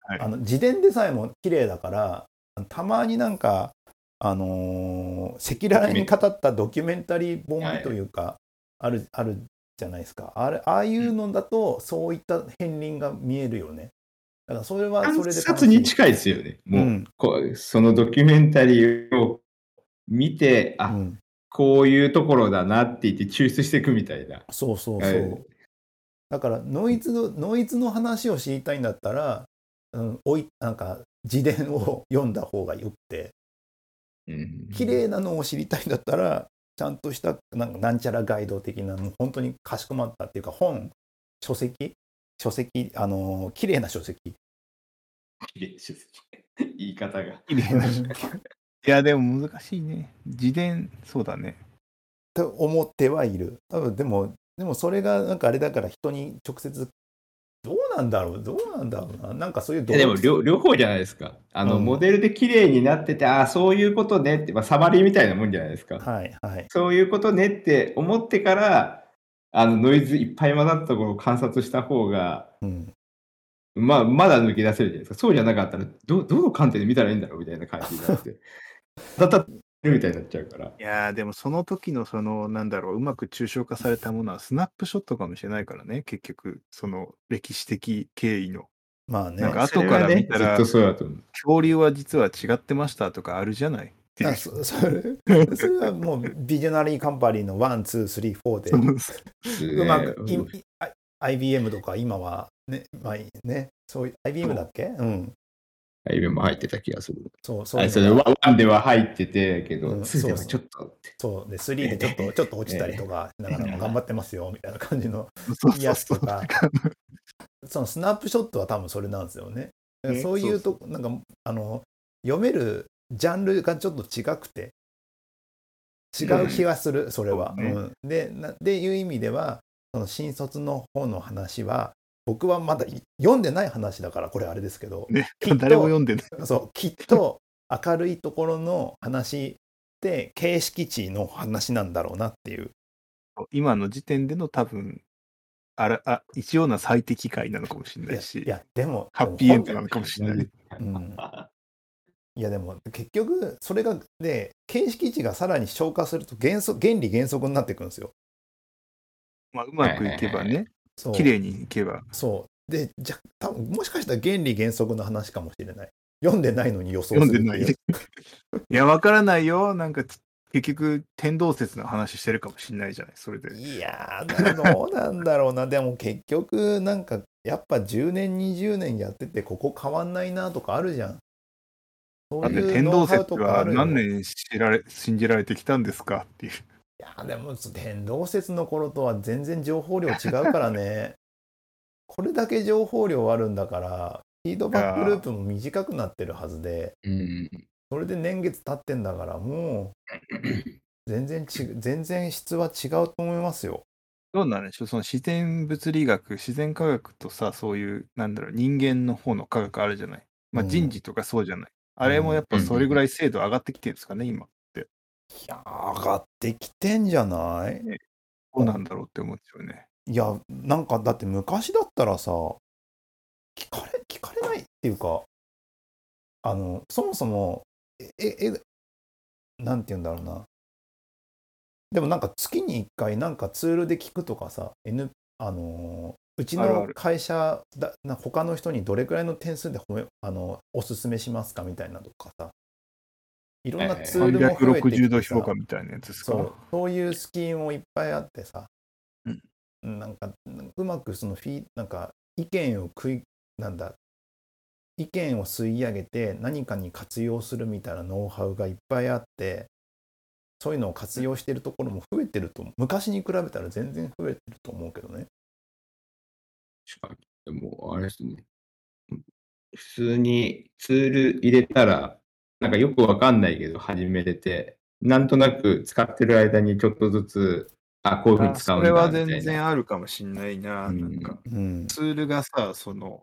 Speaker 3: はい
Speaker 1: あの自伝でさえも綺麗だからたまになんか、あのー赤裸々に語ったドキュメンタリー本というか、あるあるじゃないですかあれああいうのだとそういった片鱗が見えるよね。だからそれはそれ
Speaker 2: 観
Speaker 1: で
Speaker 2: 察に近いですよね。もう、
Speaker 1: うん
Speaker 2: こうそのドキュメンタリーを見て、あ、
Speaker 1: うん、
Speaker 2: こういうところだなって言って抽出していくみたいな。
Speaker 1: そうそうそう。
Speaker 2: はい
Speaker 1: だからノイズのノイズの話を知りたいんだったら、うん、おいなんか自伝を読んだ方がよくて
Speaker 2: うん、
Speaker 1: 綺麗なのを知りたいんだったらちゃんとしたなんかなんちゃらガイド的なもう本当にかしこまったっていうか本書籍書籍あのー綺麗な書籍
Speaker 2: 綺麗です。言い方が。
Speaker 3: 綺麗な人 *laughs* いや、でも難しいね。自伝、そうだね。
Speaker 1: と思ってはいる多分でもでもそれがなんかあれだから人に直接どうなんだろうどうなんだろうななんかそういう
Speaker 2: いやでも両両方じゃないですか。あの、
Speaker 1: うん
Speaker 2: モデルで綺麗になってて、ああ、そういうことねって、まあ、サマリーみたいなもんじゃないですか。
Speaker 1: はいはい
Speaker 2: そういうことねって思ってから、あのノイズいっぱい混ざったところを観察した方が、
Speaker 1: うん
Speaker 2: まあ、まだ抜け出せるじゃないですか。そうじゃなかったら、どどの観点で見たらいいんだろうみたいな感じに
Speaker 1: *laughs*
Speaker 2: なって。だったるみたいになっちゃうから。
Speaker 3: いやー、でもその時のその、なんだろう、うまく抽象化されたものはスナップショットかもしれないからね、結局、その歴史的経緯の。
Speaker 1: まあね
Speaker 3: なんか後から見た
Speaker 2: それはね、
Speaker 3: ら
Speaker 2: ずっとそうだと思う。
Speaker 3: 恐竜は実は違ってましたとかあるじゃない。っていう
Speaker 1: あそ *laughs* それそ
Speaker 3: *laughs*
Speaker 1: れはもうビジョナリーカンパニーのワンツースリーフォーでうまく、いいあ IBM とか今はね,、まあ、ねそういう IBM だっけうん
Speaker 2: アイベも入ってた気がする。
Speaker 1: そうそう
Speaker 2: あ
Speaker 1: いう
Speaker 2: それ
Speaker 1: のが
Speaker 2: ワンでは入ってて、け
Speaker 1: う
Speaker 2: ど、
Speaker 1: ん
Speaker 2: ツーでは
Speaker 1: そう
Speaker 2: ちょっとって。
Speaker 1: そうで3でちょっとちょっと落ちたりとかしながらも頑張ってますよみたいな感じの
Speaker 3: そう
Speaker 1: やつ
Speaker 3: そう
Speaker 1: と
Speaker 3: そう。
Speaker 1: か *laughs* そのスナップショットは多分それなんですよねだから
Speaker 3: ね
Speaker 1: そういうとこなんかあの読めるジャンルがちょっと違くて違う気がする、それは。
Speaker 3: そうね
Speaker 1: うんでなでいう意味ではその新卒の方の話は僕はまだい読んでない話だからこれあれですけど
Speaker 3: ね
Speaker 1: きっと
Speaker 3: 誰も読んでない。
Speaker 1: そうきっと明るいところの話って形式値の話なんだろうなっていう
Speaker 3: 今の時点での多分、あらあ一応な最適解なのかもしれ
Speaker 1: い
Speaker 3: な
Speaker 1: や
Speaker 3: いし、
Speaker 1: いやでも
Speaker 3: ハッピーエンドなのかもしれない。
Speaker 1: うんいやでも結局それがで形式値がさらに消化すると原則原理原則になっていくんですよ。
Speaker 3: まあ、うまくいけば
Speaker 2: はいはい
Speaker 3: ね、
Speaker 1: そう
Speaker 3: 綺麗にいけば。
Speaker 1: そうでじゃ多分もしかしたら原理原則の話かもしれない。読んでないのに予想する
Speaker 3: 読ん
Speaker 1: って
Speaker 3: で
Speaker 1: う
Speaker 3: ない。いや、わからないよ。なんか、結局、天動説の話してるかもしれないじゃない、それで。
Speaker 1: いやー、どうなんだろうな。でも結局、なんか、やっぱ10年、20年やってて、ここ変わんないなとかあるじゃん。そ
Speaker 3: だ
Speaker 1: う
Speaker 3: っ
Speaker 1: い
Speaker 3: て、
Speaker 1: う
Speaker 3: 天
Speaker 1: ノウ
Speaker 3: 動
Speaker 1: ハウ
Speaker 3: 説
Speaker 1: とかあ
Speaker 3: は
Speaker 1: るよ
Speaker 3: 何年知られ信じられてきたんですかっていう。
Speaker 1: いやー、でも、天動説の頃とは全然情報量違うからね。 *laughs* これだけ情報量あるんだから、フィードバックループも短くなってるはずで、
Speaker 2: *laughs* うん。
Speaker 1: それで年月経ってんだから、もう、全然ち、全然質は違うと思いますよ。
Speaker 3: どうなんでしょうその自然物理学、自然科学とさ、そういう、なんだろう、人間の方の科学あるじゃない。まあ、
Speaker 1: うん
Speaker 3: 人事とかそうじゃない。あれもやっぱそれぐらい精度上がってきてるんですかね、今。
Speaker 1: いやー、上がってきてんじゃない
Speaker 3: どうなんだろうって思っちゃうね。
Speaker 1: いや、なんかだって昔だったらさ、聞かれ、聞かれないっていうか、あの、そもそも、え、え、えなんて言うんだろうな。でもなんか月に1回なんかツールで聞くとかさ、N、あのーうち
Speaker 3: あるあ
Speaker 1: の
Speaker 3: る
Speaker 1: 会社だな他の人にどれくらいの点数で褒めあのおすすめしますかみたいなとかさ、いろんな
Speaker 2: ええ
Speaker 1: ツールも増えてきてさ
Speaker 3: 360度評価みたいなやつですか。
Speaker 1: そうそういうスキームもいっぱいあってさ、
Speaker 3: うん
Speaker 1: なんかうまくそのフィーなんか意見を食いなんだ意見を吸い上げて何かに活用するみたいなノウハウがいっぱいあってそういうのを活用してるところも増えてると思う昔に比べたら全然増えてると思うけどね
Speaker 2: 確かに。でも、あれですね。普通にツール入れたら、なんかよくわかんないけど始めれて、なんとなく使ってる間にちょっとずつ、あ、こういうふうに使うん
Speaker 3: そ
Speaker 2: だ
Speaker 3: れ
Speaker 2: みたい
Speaker 3: は
Speaker 2: な。
Speaker 3: 全然あるかもしんないな。
Speaker 2: うん
Speaker 3: なんか、
Speaker 1: うん
Speaker 3: ツールがさ、その、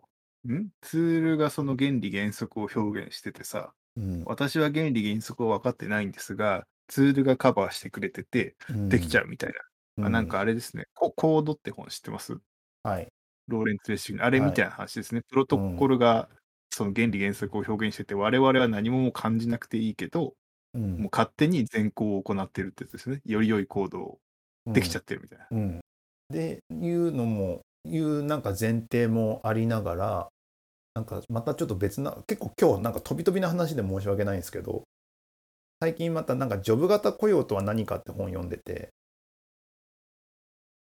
Speaker 3: んツールがその原理原則を表現しててさ、
Speaker 1: うん
Speaker 3: 私は原理原則を分かってないんですが、ツールがカバーしてくれてて、できちゃうみたいな。
Speaker 1: うん
Speaker 3: あなんかあれですね、ココードって本知ってます
Speaker 1: はい
Speaker 3: ローレンツ・レッシング。あれ
Speaker 1: はい
Speaker 3: みたいな話ですね。プロトコルがその原理原則を表現してて、我々は何ももう感じなくていいけど、
Speaker 1: うん
Speaker 3: もう勝手に善行を行ってるってやつですね。より良い行動をできちゃってるみたいな。
Speaker 1: うん、でいうのもいうなんか前提もありながらなんかまたちょっと別な結構今日なんか飛び飛びな話で申し訳ないんですけど最近またなんか「ジョブ型雇用とは何か」って本読んでて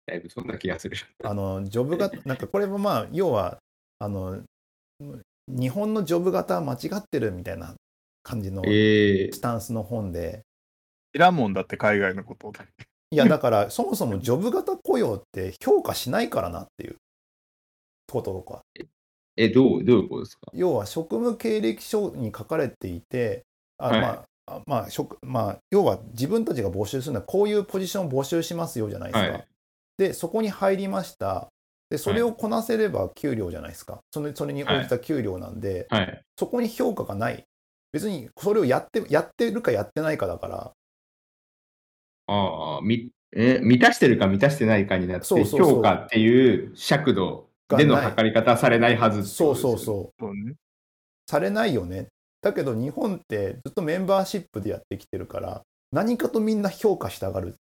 Speaker 2: だいぶそんな気がする。
Speaker 1: あのジョブ型なんかこれもまあ要はあの日本のジョブ型は間違ってるみたいな感じのス
Speaker 2: ええ
Speaker 1: タンスの本で。
Speaker 3: いらんもんだって海外のことを。
Speaker 1: いや、だから、そもそもジョブ型雇用って評価しないからなっていうこととか。
Speaker 2: え、どう、どういうことですか
Speaker 1: 要は職務経歴書に書かれていて、あ
Speaker 2: はい
Speaker 1: まああまあ職まあ、要は自分たちが募集するのはこういうポジションを募集しますよじゃないですか。
Speaker 2: はい
Speaker 1: で、そこに入りました。で、それをこなせれば給料じゃないですか。それそれに応じた給料なんで、
Speaker 2: はい。
Speaker 1: そこに評価がない。別にそれをやってやってるかやってないかだから、
Speaker 2: ああ、み、え、満たしてるか満たしてないかになって、
Speaker 1: そうそうそう
Speaker 2: 評価っていう尺度での
Speaker 1: がない
Speaker 2: 測り方はされないはずって
Speaker 1: そ
Speaker 2: こ
Speaker 1: う
Speaker 2: と
Speaker 1: そう
Speaker 2: ですよね
Speaker 1: そう。
Speaker 3: そうね。
Speaker 1: されないよね。だけど日本ってずっとメンバーシップでやってきてるから何かとみんな評価したがる。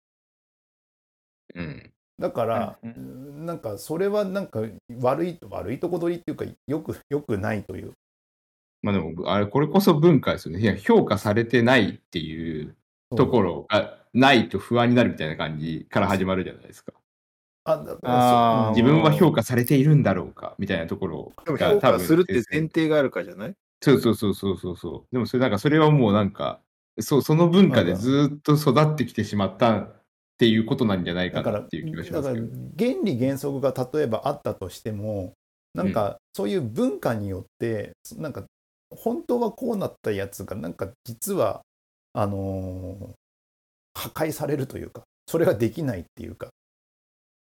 Speaker 2: うん。
Speaker 1: だから、
Speaker 3: うんう
Speaker 1: なんかそれはなんか悪い悪いとこ取りっていうかよくよくないという。
Speaker 2: まあでも、あれ、これこそ文化ですよね。いや、評価されてないっていうところがないと不安になるみたいな感じから始まるじゃないですか。
Speaker 1: あだか
Speaker 3: あ
Speaker 1: ら
Speaker 3: ー
Speaker 1: そ
Speaker 2: 自分は評価されているんだろうかみたいなところ
Speaker 3: でも
Speaker 2: が
Speaker 3: 評
Speaker 2: 多
Speaker 3: 価
Speaker 2: 分
Speaker 3: するって前提があるからじゃない
Speaker 2: そうそうそうそうそうそう。でもそれなんかそれはもうなんか、そうその文化でずっと育ってきてしまったっていうことなんじゃない
Speaker 1: だ
Speaker 2: か
Speaker 1: か
Speaker 2: な
Speaker 1: ら
Speaker 2: っていう気がしま
Speaker 1: だ
Speaker 2: す
Speaker 1: か
Speaker 2: け
Speaker 1: ら
Speaker 2: ど。
Speaker 1: 原理原則が例えばあったとしてもなんかそういう文化によって、なんか本当はこうなったやつがなんか実はあのー破壊されるというかそれができないっていうか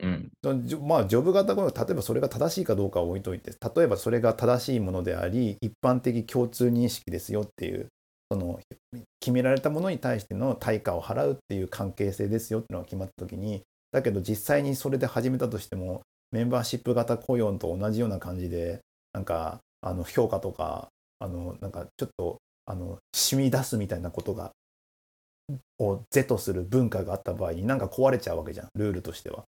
Speaker 2: うん。
Speaker 1: そのジョまあ、ジョブ型雇用、例えばそれが正しいかどうかは置いといて、例えばそれが正しいものであり、一般的共通認識ですよっていう、その決められたものに対しての対価を払うっていう関係性ですよっていうのが決まったときに、だけど実際にそれで始めたとしても、メンバーシップ型雇用と同じような感じで、なんか、あの評価とか、あのなんかちょっとあの染み出すみたいなことがを是とする文化があった場合になんか壊れちゃうわけじゃんルールとしては。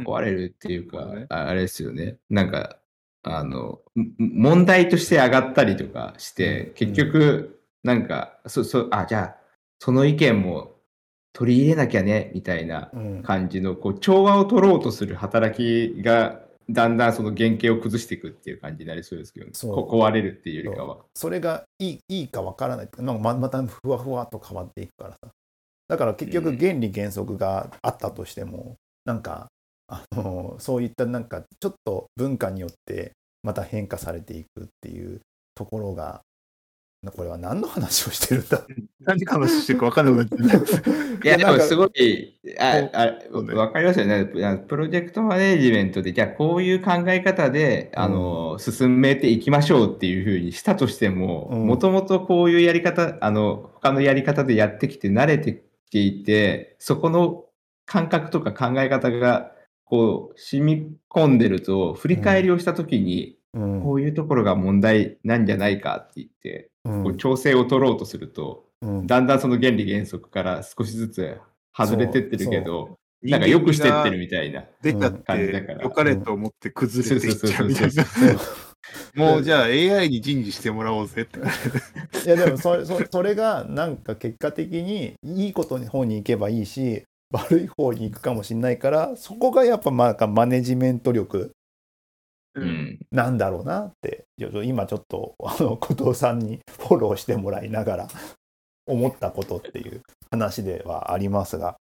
Speaker 2: 壊れるっていう
Speaker 3: そう
Speaker 2: か
Speaker 3: だね、
Speaker 2: ああれですよね。なんか、あの、も問題として上がったりとかして、
Speaker 1: うん
Speaker 2: 結局、なんか、そ、そ、あ、じゃあ、その意見も取り入れなきゃね、みたいな
Speaker 1: うん
Speaker 2: 感じの、こう、調和を取ろうとする働きが、だんだんその原型を崩していくっていう感じになりそうですけどね、
Speaker 1: そう
Speaker 2: こ壊れるっていうよりかは。
Speaker 1: それがいいいいかわからないなんかままたふわふわっと変わっていくからさだから結
Speaker 2: う
Speaker 1: 局
Speaker 2: ん
Speaker 1: 原理原則があったとしても、なんかあのそういったなんかちょっと文化によってまた変化されていくっていうところがこれは何の話をしてるん
Speaker 2: *laughs*
Speaker 1: だ
Speaker 3: 何話してるか分かんなくなっちゃう。
Speaker 2: いや、で
Speaker 1: な
Speaker 2: も
Speaker 1: んか
Speaker 2: すごい、あ
Speaker 3: こう、
Speaker 2: あ、
Speaker 3: そうね
Speaker 2: わかりますよね。あプロジェクトマネジメントで、じゃあこういう考え方で、あの、進めていきましょうっていうふうにしたとしても、
Speaker 1: うん
Speaker 2: もともとこういうやり方、あの、他のやり方でやってきて慣れてきていて、そこの感覚とか考え方が、こう、染み込んでると、振り返りをしたときに、
Speaker 1: うん
Speaker 2: こういうところが問題なんじゃないかって言って、
Speaker 1: うん
Speaker 2: こう調整を取ろうとすると、
Speaker 1: うん
Speaker 2: だんだんその原理原則から少しずつ外れてってるけど、なんか
Speaker 3: よ
Speaker 2: 良
Speaker 3: く
Speaker 2: くしてってるみたいな。
Speaker 3: 出ちゃっ
Speaker 2: 感じだか
Speaker 3: て
Speaker 2: ら、
Speaker 3: 良かれと思って崩れていっちゃうみたい
Speaker 2: そ
Speaker 3: な
Speaker 2: う。そうそう
Speaker 3: もうじゃあ AI に人事してもらおうぜって。
Speaker 1: いやでもそれそそれがなんか結果的にいいことの方に行けばいいし悪い方に行くかもしれないからそこがやっぱまあマネジメント力
Speaker 2: う。ん。
Speaker 1: なんだろうなってちょっと今ちょっとあの後藤さんにフォローしてもらいながら思ったことっていう話ではありますが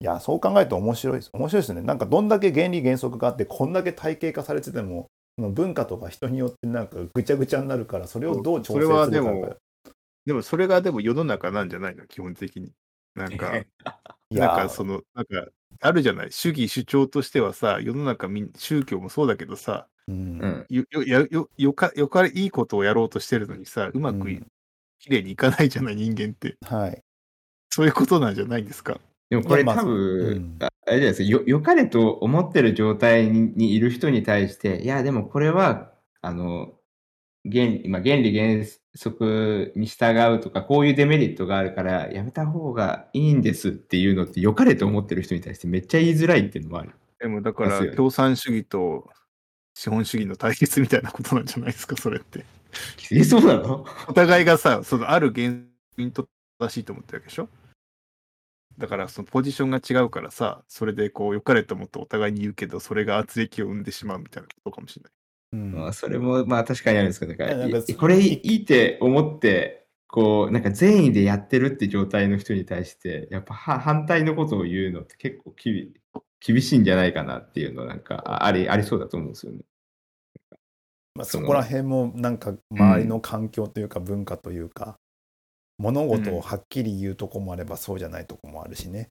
Speaker 1: いやそう考えると面白いです面白いですねなんかどんだけ原理原則があってこんだけ体系化されててもその文化とか人によってなんかぐちゃぐちゃになるからそれをどう調整するか
Speaker 3: それはでもでもそれがでも世の中なんじゃないの基本的に。なんか、
Speaker 1: いや
Speaker 3: なんかその、なんか、あるじゃない主義主張としてはさ、世の中みん、宗教もそうだけどさ、
Speaker 1: うん
Speaker 2: うん。
Speaker 3: よよやよよかよかれいいことをやろうとしてるのにさ、うまくい、
Speaker 1: うん
Speaker 3: 綺麗にいかないじゃない人間って。
Speaker 1: はい
Speaker 3: そういうことなんじゃないんですか
Speaker 2: でもこれ
Speaker 1: いやまあ
Speaker 2: 多
Speaker 1: うん
Speaker 2: 分、ああれじゃないですか、よ良かれと思ってる状態ににいる人に対して、いや、でもこれは、あの、原まあ原理原則に従うとか、こういうデメリットがあるから、やめた方がいいんですっていうのって、良かれと思ってる人に対してめっちゃ言いづらいっていうのもある。 *laughs*
Speaker 3: でもだか
Speaker 2: ですよ
Speaker 3: ら
Speaker 2: ね
Speaker 3: 共産主義と資本主義の対決みたいなことなんじゃないですか、それって。
Speaker 2: え、そうなの
Speaker 3: お互いがさ、そのある原因と正しいと思ってるわけでしょだからそのポジションが違うからさ、それでこう良かれと思ってお互いに言うけど、それが圧力を生んでしまうみたいなことかもしれない。
Speaker 1: うん
Speaker 2: まあ、それも、まあ確かにあるんですけど、
Speaker 1: いやな
Speaker 2: なんん
Speaker 1: か
Speaker 2: か
Speaker 1: そ
Speaker 2: いこれいいって思って、こう、なんか善意でやってるって状態の人に対して、やっぱは反対のことを言うのって結構きび厳しいんじゃないかなっていうのはなんかああり、ありそうだと思うんですよね。
Speaker 1: まあ、
Speaker 2: そ
Speaker 1: そ
Speaker 2: の
Speaker 1: こら辺もなんか周りの環境というか文化というか、物事をはっきり言うとこもあればそうじゃないとこもあるしね。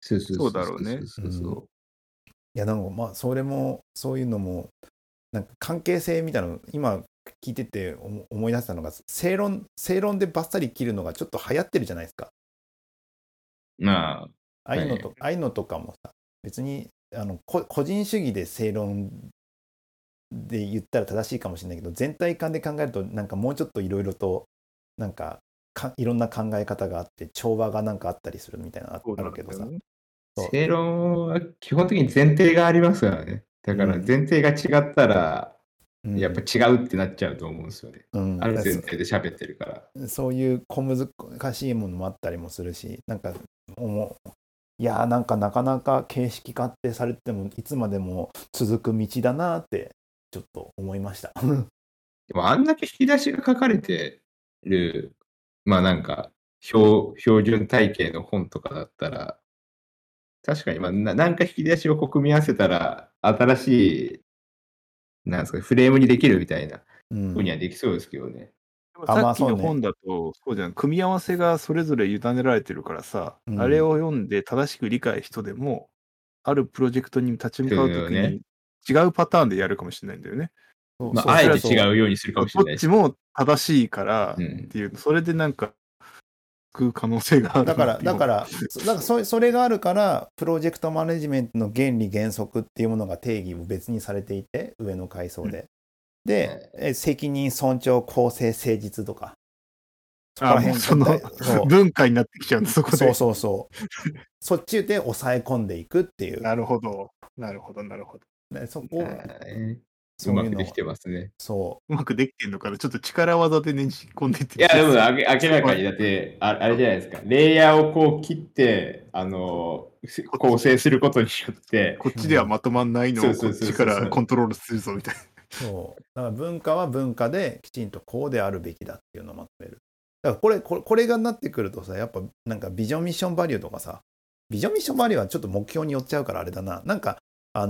Speaker 2: そうそ
Speaker 3: そうだろう
Speaker 2: そ
Speaker 3: ね
Speaker 2: うそうそう
Speaker 1: いやなんかまあそれもそういうのもなんか関係性みたいなの今聞いてて思思い出したのが正論正論でバッサリ切るのがちょっと流行ってるじゃないですか。
Speaker 2: まあ、
Speaker 1: ああいうのと,、ああいうのとかもさ別にあのこ個人主義で正論で言ったら正しいかもしれないけど全体感で考えるとなんかもうちょっといろいろとなんかかいろんな考え方があって調和がなんかあったりするみたいなのああるけどさ、そう
Speaker 2: 正論は基本的に前提がありますからね。だから
Speaker 1: うん
Speaker 2: 前提が違ったら、
Speaker 1: うん
Speaker 2: やっぱ違うってなっちゃうと思うんですよね。
Speaker 1: うん
Speaker 2: ある前提で喋ってるから。
Speaker 1: そういう小難しいものもあったりもするしなんか思ういやーなんかなかなか形式化ってされてもいつまでも続く道だなーってちょっと思いました。 *laughs*
Speaker 2: でもあんだけ引き出しが書かれてる、まあなんか、標標準体系の本とかだったら、確かに、まあ、ななんか引き出しをこう組み合わせたら、新しい、なんですか、フレームにできるみたいな
Speaker 1: うん
Speaker 2: ふうにはできそうですけどね。
Speaker 1: あま
Speaker 3: さ
Speaker 1: あ
Speaker 3: っき
Speaker 1: そう
Speaker 3: の
Speaker 1: ね
Speaker 3: 本だと、そうじゃん、組み合わせがそれぞれ委ねられてるからさ、
Speaker 1: うん
Speaker 3: あれを読んで正しく理解人でも、あるプロジェクトに立ち向かうと
Speaker 2: そう
Speaker 3: き
Speaker 2: だよね
Speaker 3: に、違うパターンでやるかもしれないんだよね。
Speaker 1: そう
Speaker 2: ま
Speaker 1: そう
Speaker 2: あ、あえて
Speaker 1: そう
Speaker 2: 違うようにするか
Speaker 3: ど
Speaker 2: もしれな
Speaker 3: っ
Speaker 2: い
Speaker 3: ち
Speaker 2: し。
Speaker 3: も正しいから
Speaker 2: う
Speaker 3: っ
Speaker 2: ん
Speaker 3: ていう、それでなんか、食う可能性がある、
Speaker 1: だ
Speaker 2: *laughs*
Speaker 1: から、だからら、そだからそそれがあるから、プロジェクトマネジメントの原理原則っていうものが定義を別にされていて、上の階層で。で、え責任、尊重、公正、誠実とか、そこら辺
Speaker 3: あもうその
Speaker 1: 絶対そう
Speaker 3: 文化になってきちゃうんだ、そこで。
Speaker 1: そうそうそう。
Speaker 2: *laughs*
Speaker 1: そっちで抑え込んでいくっていう。
Speaker 3: なるほど。なるほど、なるほど。
Speaker 1: ねそ
Speaker 2: え
Speaker 1: こ、
Speaker 2: ー
Speaker 1: そうう
Speaker 2: ま
Speaker 1: いう
Speaker 2: く
Speaker 1: の
Speaker 2: でき。てますね。
Speaker 1: そう
Speaker 3: まくできてんのかなちょっと力技でねじ込んでって。
Speaker 2: いや、でもあげ明らかに、だってあ、あれじゃないですか。レイヤーをこう切って、あの、構成することによって、
Speaker 3: こっちではまとまんないの
Speaker 2: う
Speaker 3: を
Speaker 2: んそ
Speaker 3: こ
Speaker 2: う
Speaker 3: っ
Speaker 2: そうそう
Speaker 3: ち
Speaker 2: そう
Speaker 3: からコントロールするぞみたいな。
Speaker 1: う。そう。だから文化は文化できちんとこうであるべきだっていうのをまとめる。だからこれ、これこれがなってくるとさ、やっぱなんかビジョンミッションバリューとかさ、ビジョンミッションバリューはちょっと目標によっちゃうからあれだな。なんか、あ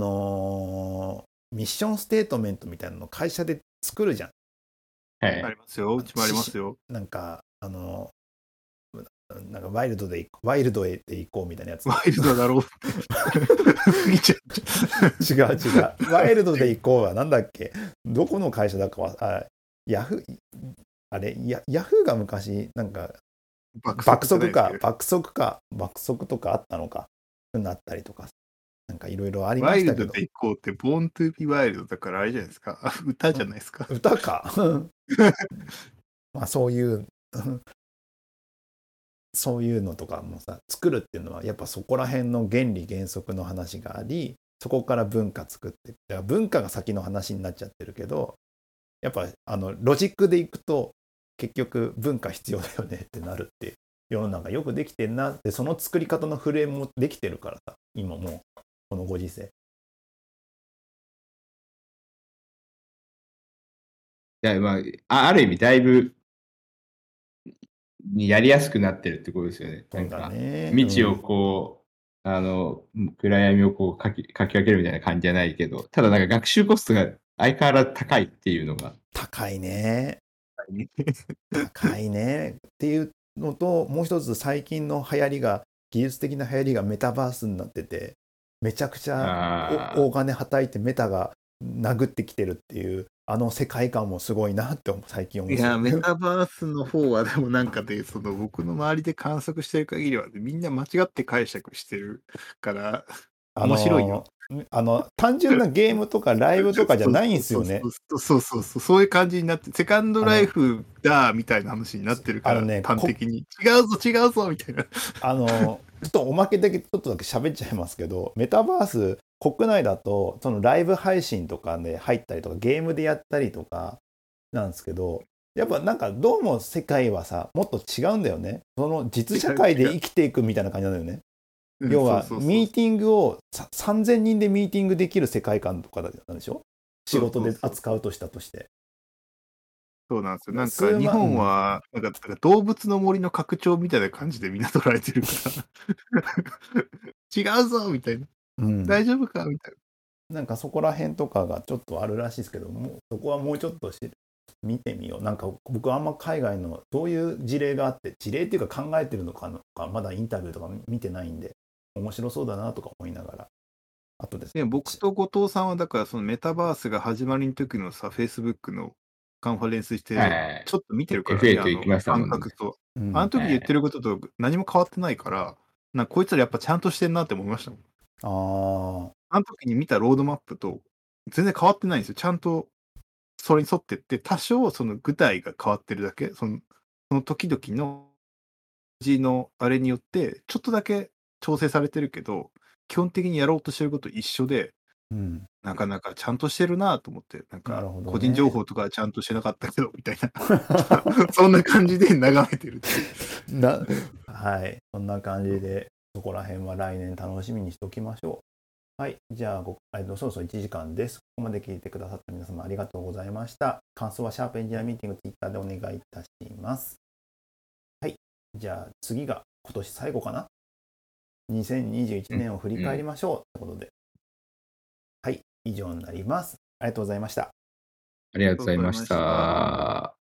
Speaker 1: のーミッションステートメントみたいなの会社で作るじゃん。
Speaker 2: はい
Speaker 3: あ。りますよ。うちもありますよ。
Speaker 1: なんか、あのーなんかワイルドでい、ワイルドへで行こうみたいなやつ。
Speaker 3: ワイルドだろう。過ぎちゃう
Speaker 1: 違う違う。 *laughs* ワイルドで行こうはなんだっけどこの会社だかは、あヤフー、あれ、ヤヤフーが昔、なんか爆速か、爆速か、爆速とかあったのか、なったりとか、なんかいろいろありま
Speaker 3: ワイ
Speaker 1: した
Speaker 3: ル
Speaker 1: け
Speaker 3: ド
Speaker 1: ど
Speaker 3: で。行こうって、ボーントゥービーワイルドだからあれじゃないですか。あ歌じゃないですか。
Speaker 1: 歌か。 *laughs* まあそういう、 *laughs* そういうのとかもさ、作るっていうのは、やっぱそこら辺の原理原則の話があり、そこから文化作っていくだから文化が先の話になっちゃってるけど、やっぱあのロジックでいくと、結局文化必要だよね *laughs* ってなるって、世の中よくできてんなって、その作り方のフレームもできてるからさ、今もう、このご時世。
Speaker 2: だまあ、あある意味、だいぶ、やりやすくなってるってことですよね。なんか、
Speaker 1: ね
Speaker 2: 道をこう、あの、暗闇をこうかき、かき分けるみたいな感じじゃないけど、ただなんか学習コストが相変わらず高いっていうのが、
Speaker 1: 高いね。
Speaker 3: ね
Speaker 1: 高いね。っていうのと、もう一つ最近の流行りが、技術的な流行りがメタバースになってて、めちゃくちゃ
Speaker 2: あ
Speaker 1: お大金はたいてメタが殴ってきてるっていう、あの世界観もすごいなって思う最近思う。
Speaker 3: いや、メタバースの方は、でもなんかで、その僕の周りで観測してる限りは、みんな間違って解釈してるから、
Speaker 1: あの
Speaker 3: 面白いよ。
Speaker 1: あの、単純なゲームとかライブとかじゃないんですよね。
Speaker 3: そうそうそうそうそう、そういう感じになって、セカンドライフだみたいな話になってるか
Speaker 1: あ
Speaker 3: ら、
Speaker 1: のね
Speaker 3: 端
Speaker 1: こ
Speaker 3: 的に。違うぞ、違うぞみたいな。
Speaker 1: あの、ちょっとおまけだけ、ちょっとだけ喋っちゃいますけど、メタバース、国内だと、そのライブ配信とかで入ったりとか、ゲームでやったりとかなんですけど、やっぱなんかどうも世界はさ、もっと違うんだよね。その実社会で生きていくみたいな感じなんだよね。要は、
Speaker 3: そうそうそう
Speaker 1: ミーティングをさ3000人でミーティングできる世界観とかなんでしょ仕事で扱うとしたとして。
Speaker 3: そうなんですよ。なん
Speaker 1: 数万
Speaker 3: か日本は、なんかだから動物の森の拡張みたいな感じでみんな捉えてるから。違 *laughs* うぞみたいな。
Speaker 1: うん
Speaker 3: 大丈夫かみたいな。
Speaker 1: なんかそこら辺とかがちょっとあるらしいですけどもうそこはもうちょっとし見てみようなんか僕あんま海外のどういう事例があって事例っていうか考えてるのかのかまだインタビューとか見てないんで面白そうだなとか思いながらあとですね
Speaker 3: で僕と後藤さんは、だからそのメタバースが始まりの時のさ、Facebook のカンファレンスして、
Speaker 2: あ、はい
Speaker 3: ちょっと見てるから、
Speaker 2: FA と行きましたもんね
Speaker 3: あの感覚と。
Speaker 1: うん
Speaker 3: あの時言ってることと何も変わってないから、なんかこいつらやっぱちゃんとしてんなって思いましたもん。
Speaker 1: あー
Speaker 3: あの時に見たロードマップと全然変わってないんですよ。ちゃんとそれに沿ってって、多少その具体が変わってるだけ、そのその時々の字のあれによって、ちょっとだけ調整されてるけど、基本的にやろうとしてること一緒で、
Speaker 1: うん
Speaker 3: なかなかちゃんとしてるなと思って、なん
Speaker 1: な
Speaker 3: か
Speaker 1: るほどね
Speaker 3: 個人情報とかはちゃんとしてなかったけど、みたい
Speaker 1: *laughs*
Speaker 3: な、そんな感じで眺めてるっていう。
Speaker 1: なはいそんな感じでそこら辺は来年楽しみにしておきましょうはいじゃあごえっとそろそろ1時間ですここまで聞いてくださった皆様ありがとうございました感想はシャープエンジニアミーティング Twitter でお願いいたしますはいじゃあ次が今年最後かな2021年を振り返りましょうということではい以上になりますありがとうございました
Speaker 2: ありがとうございまし
Speaker 3: ありがとうございま
Speaker 2: た。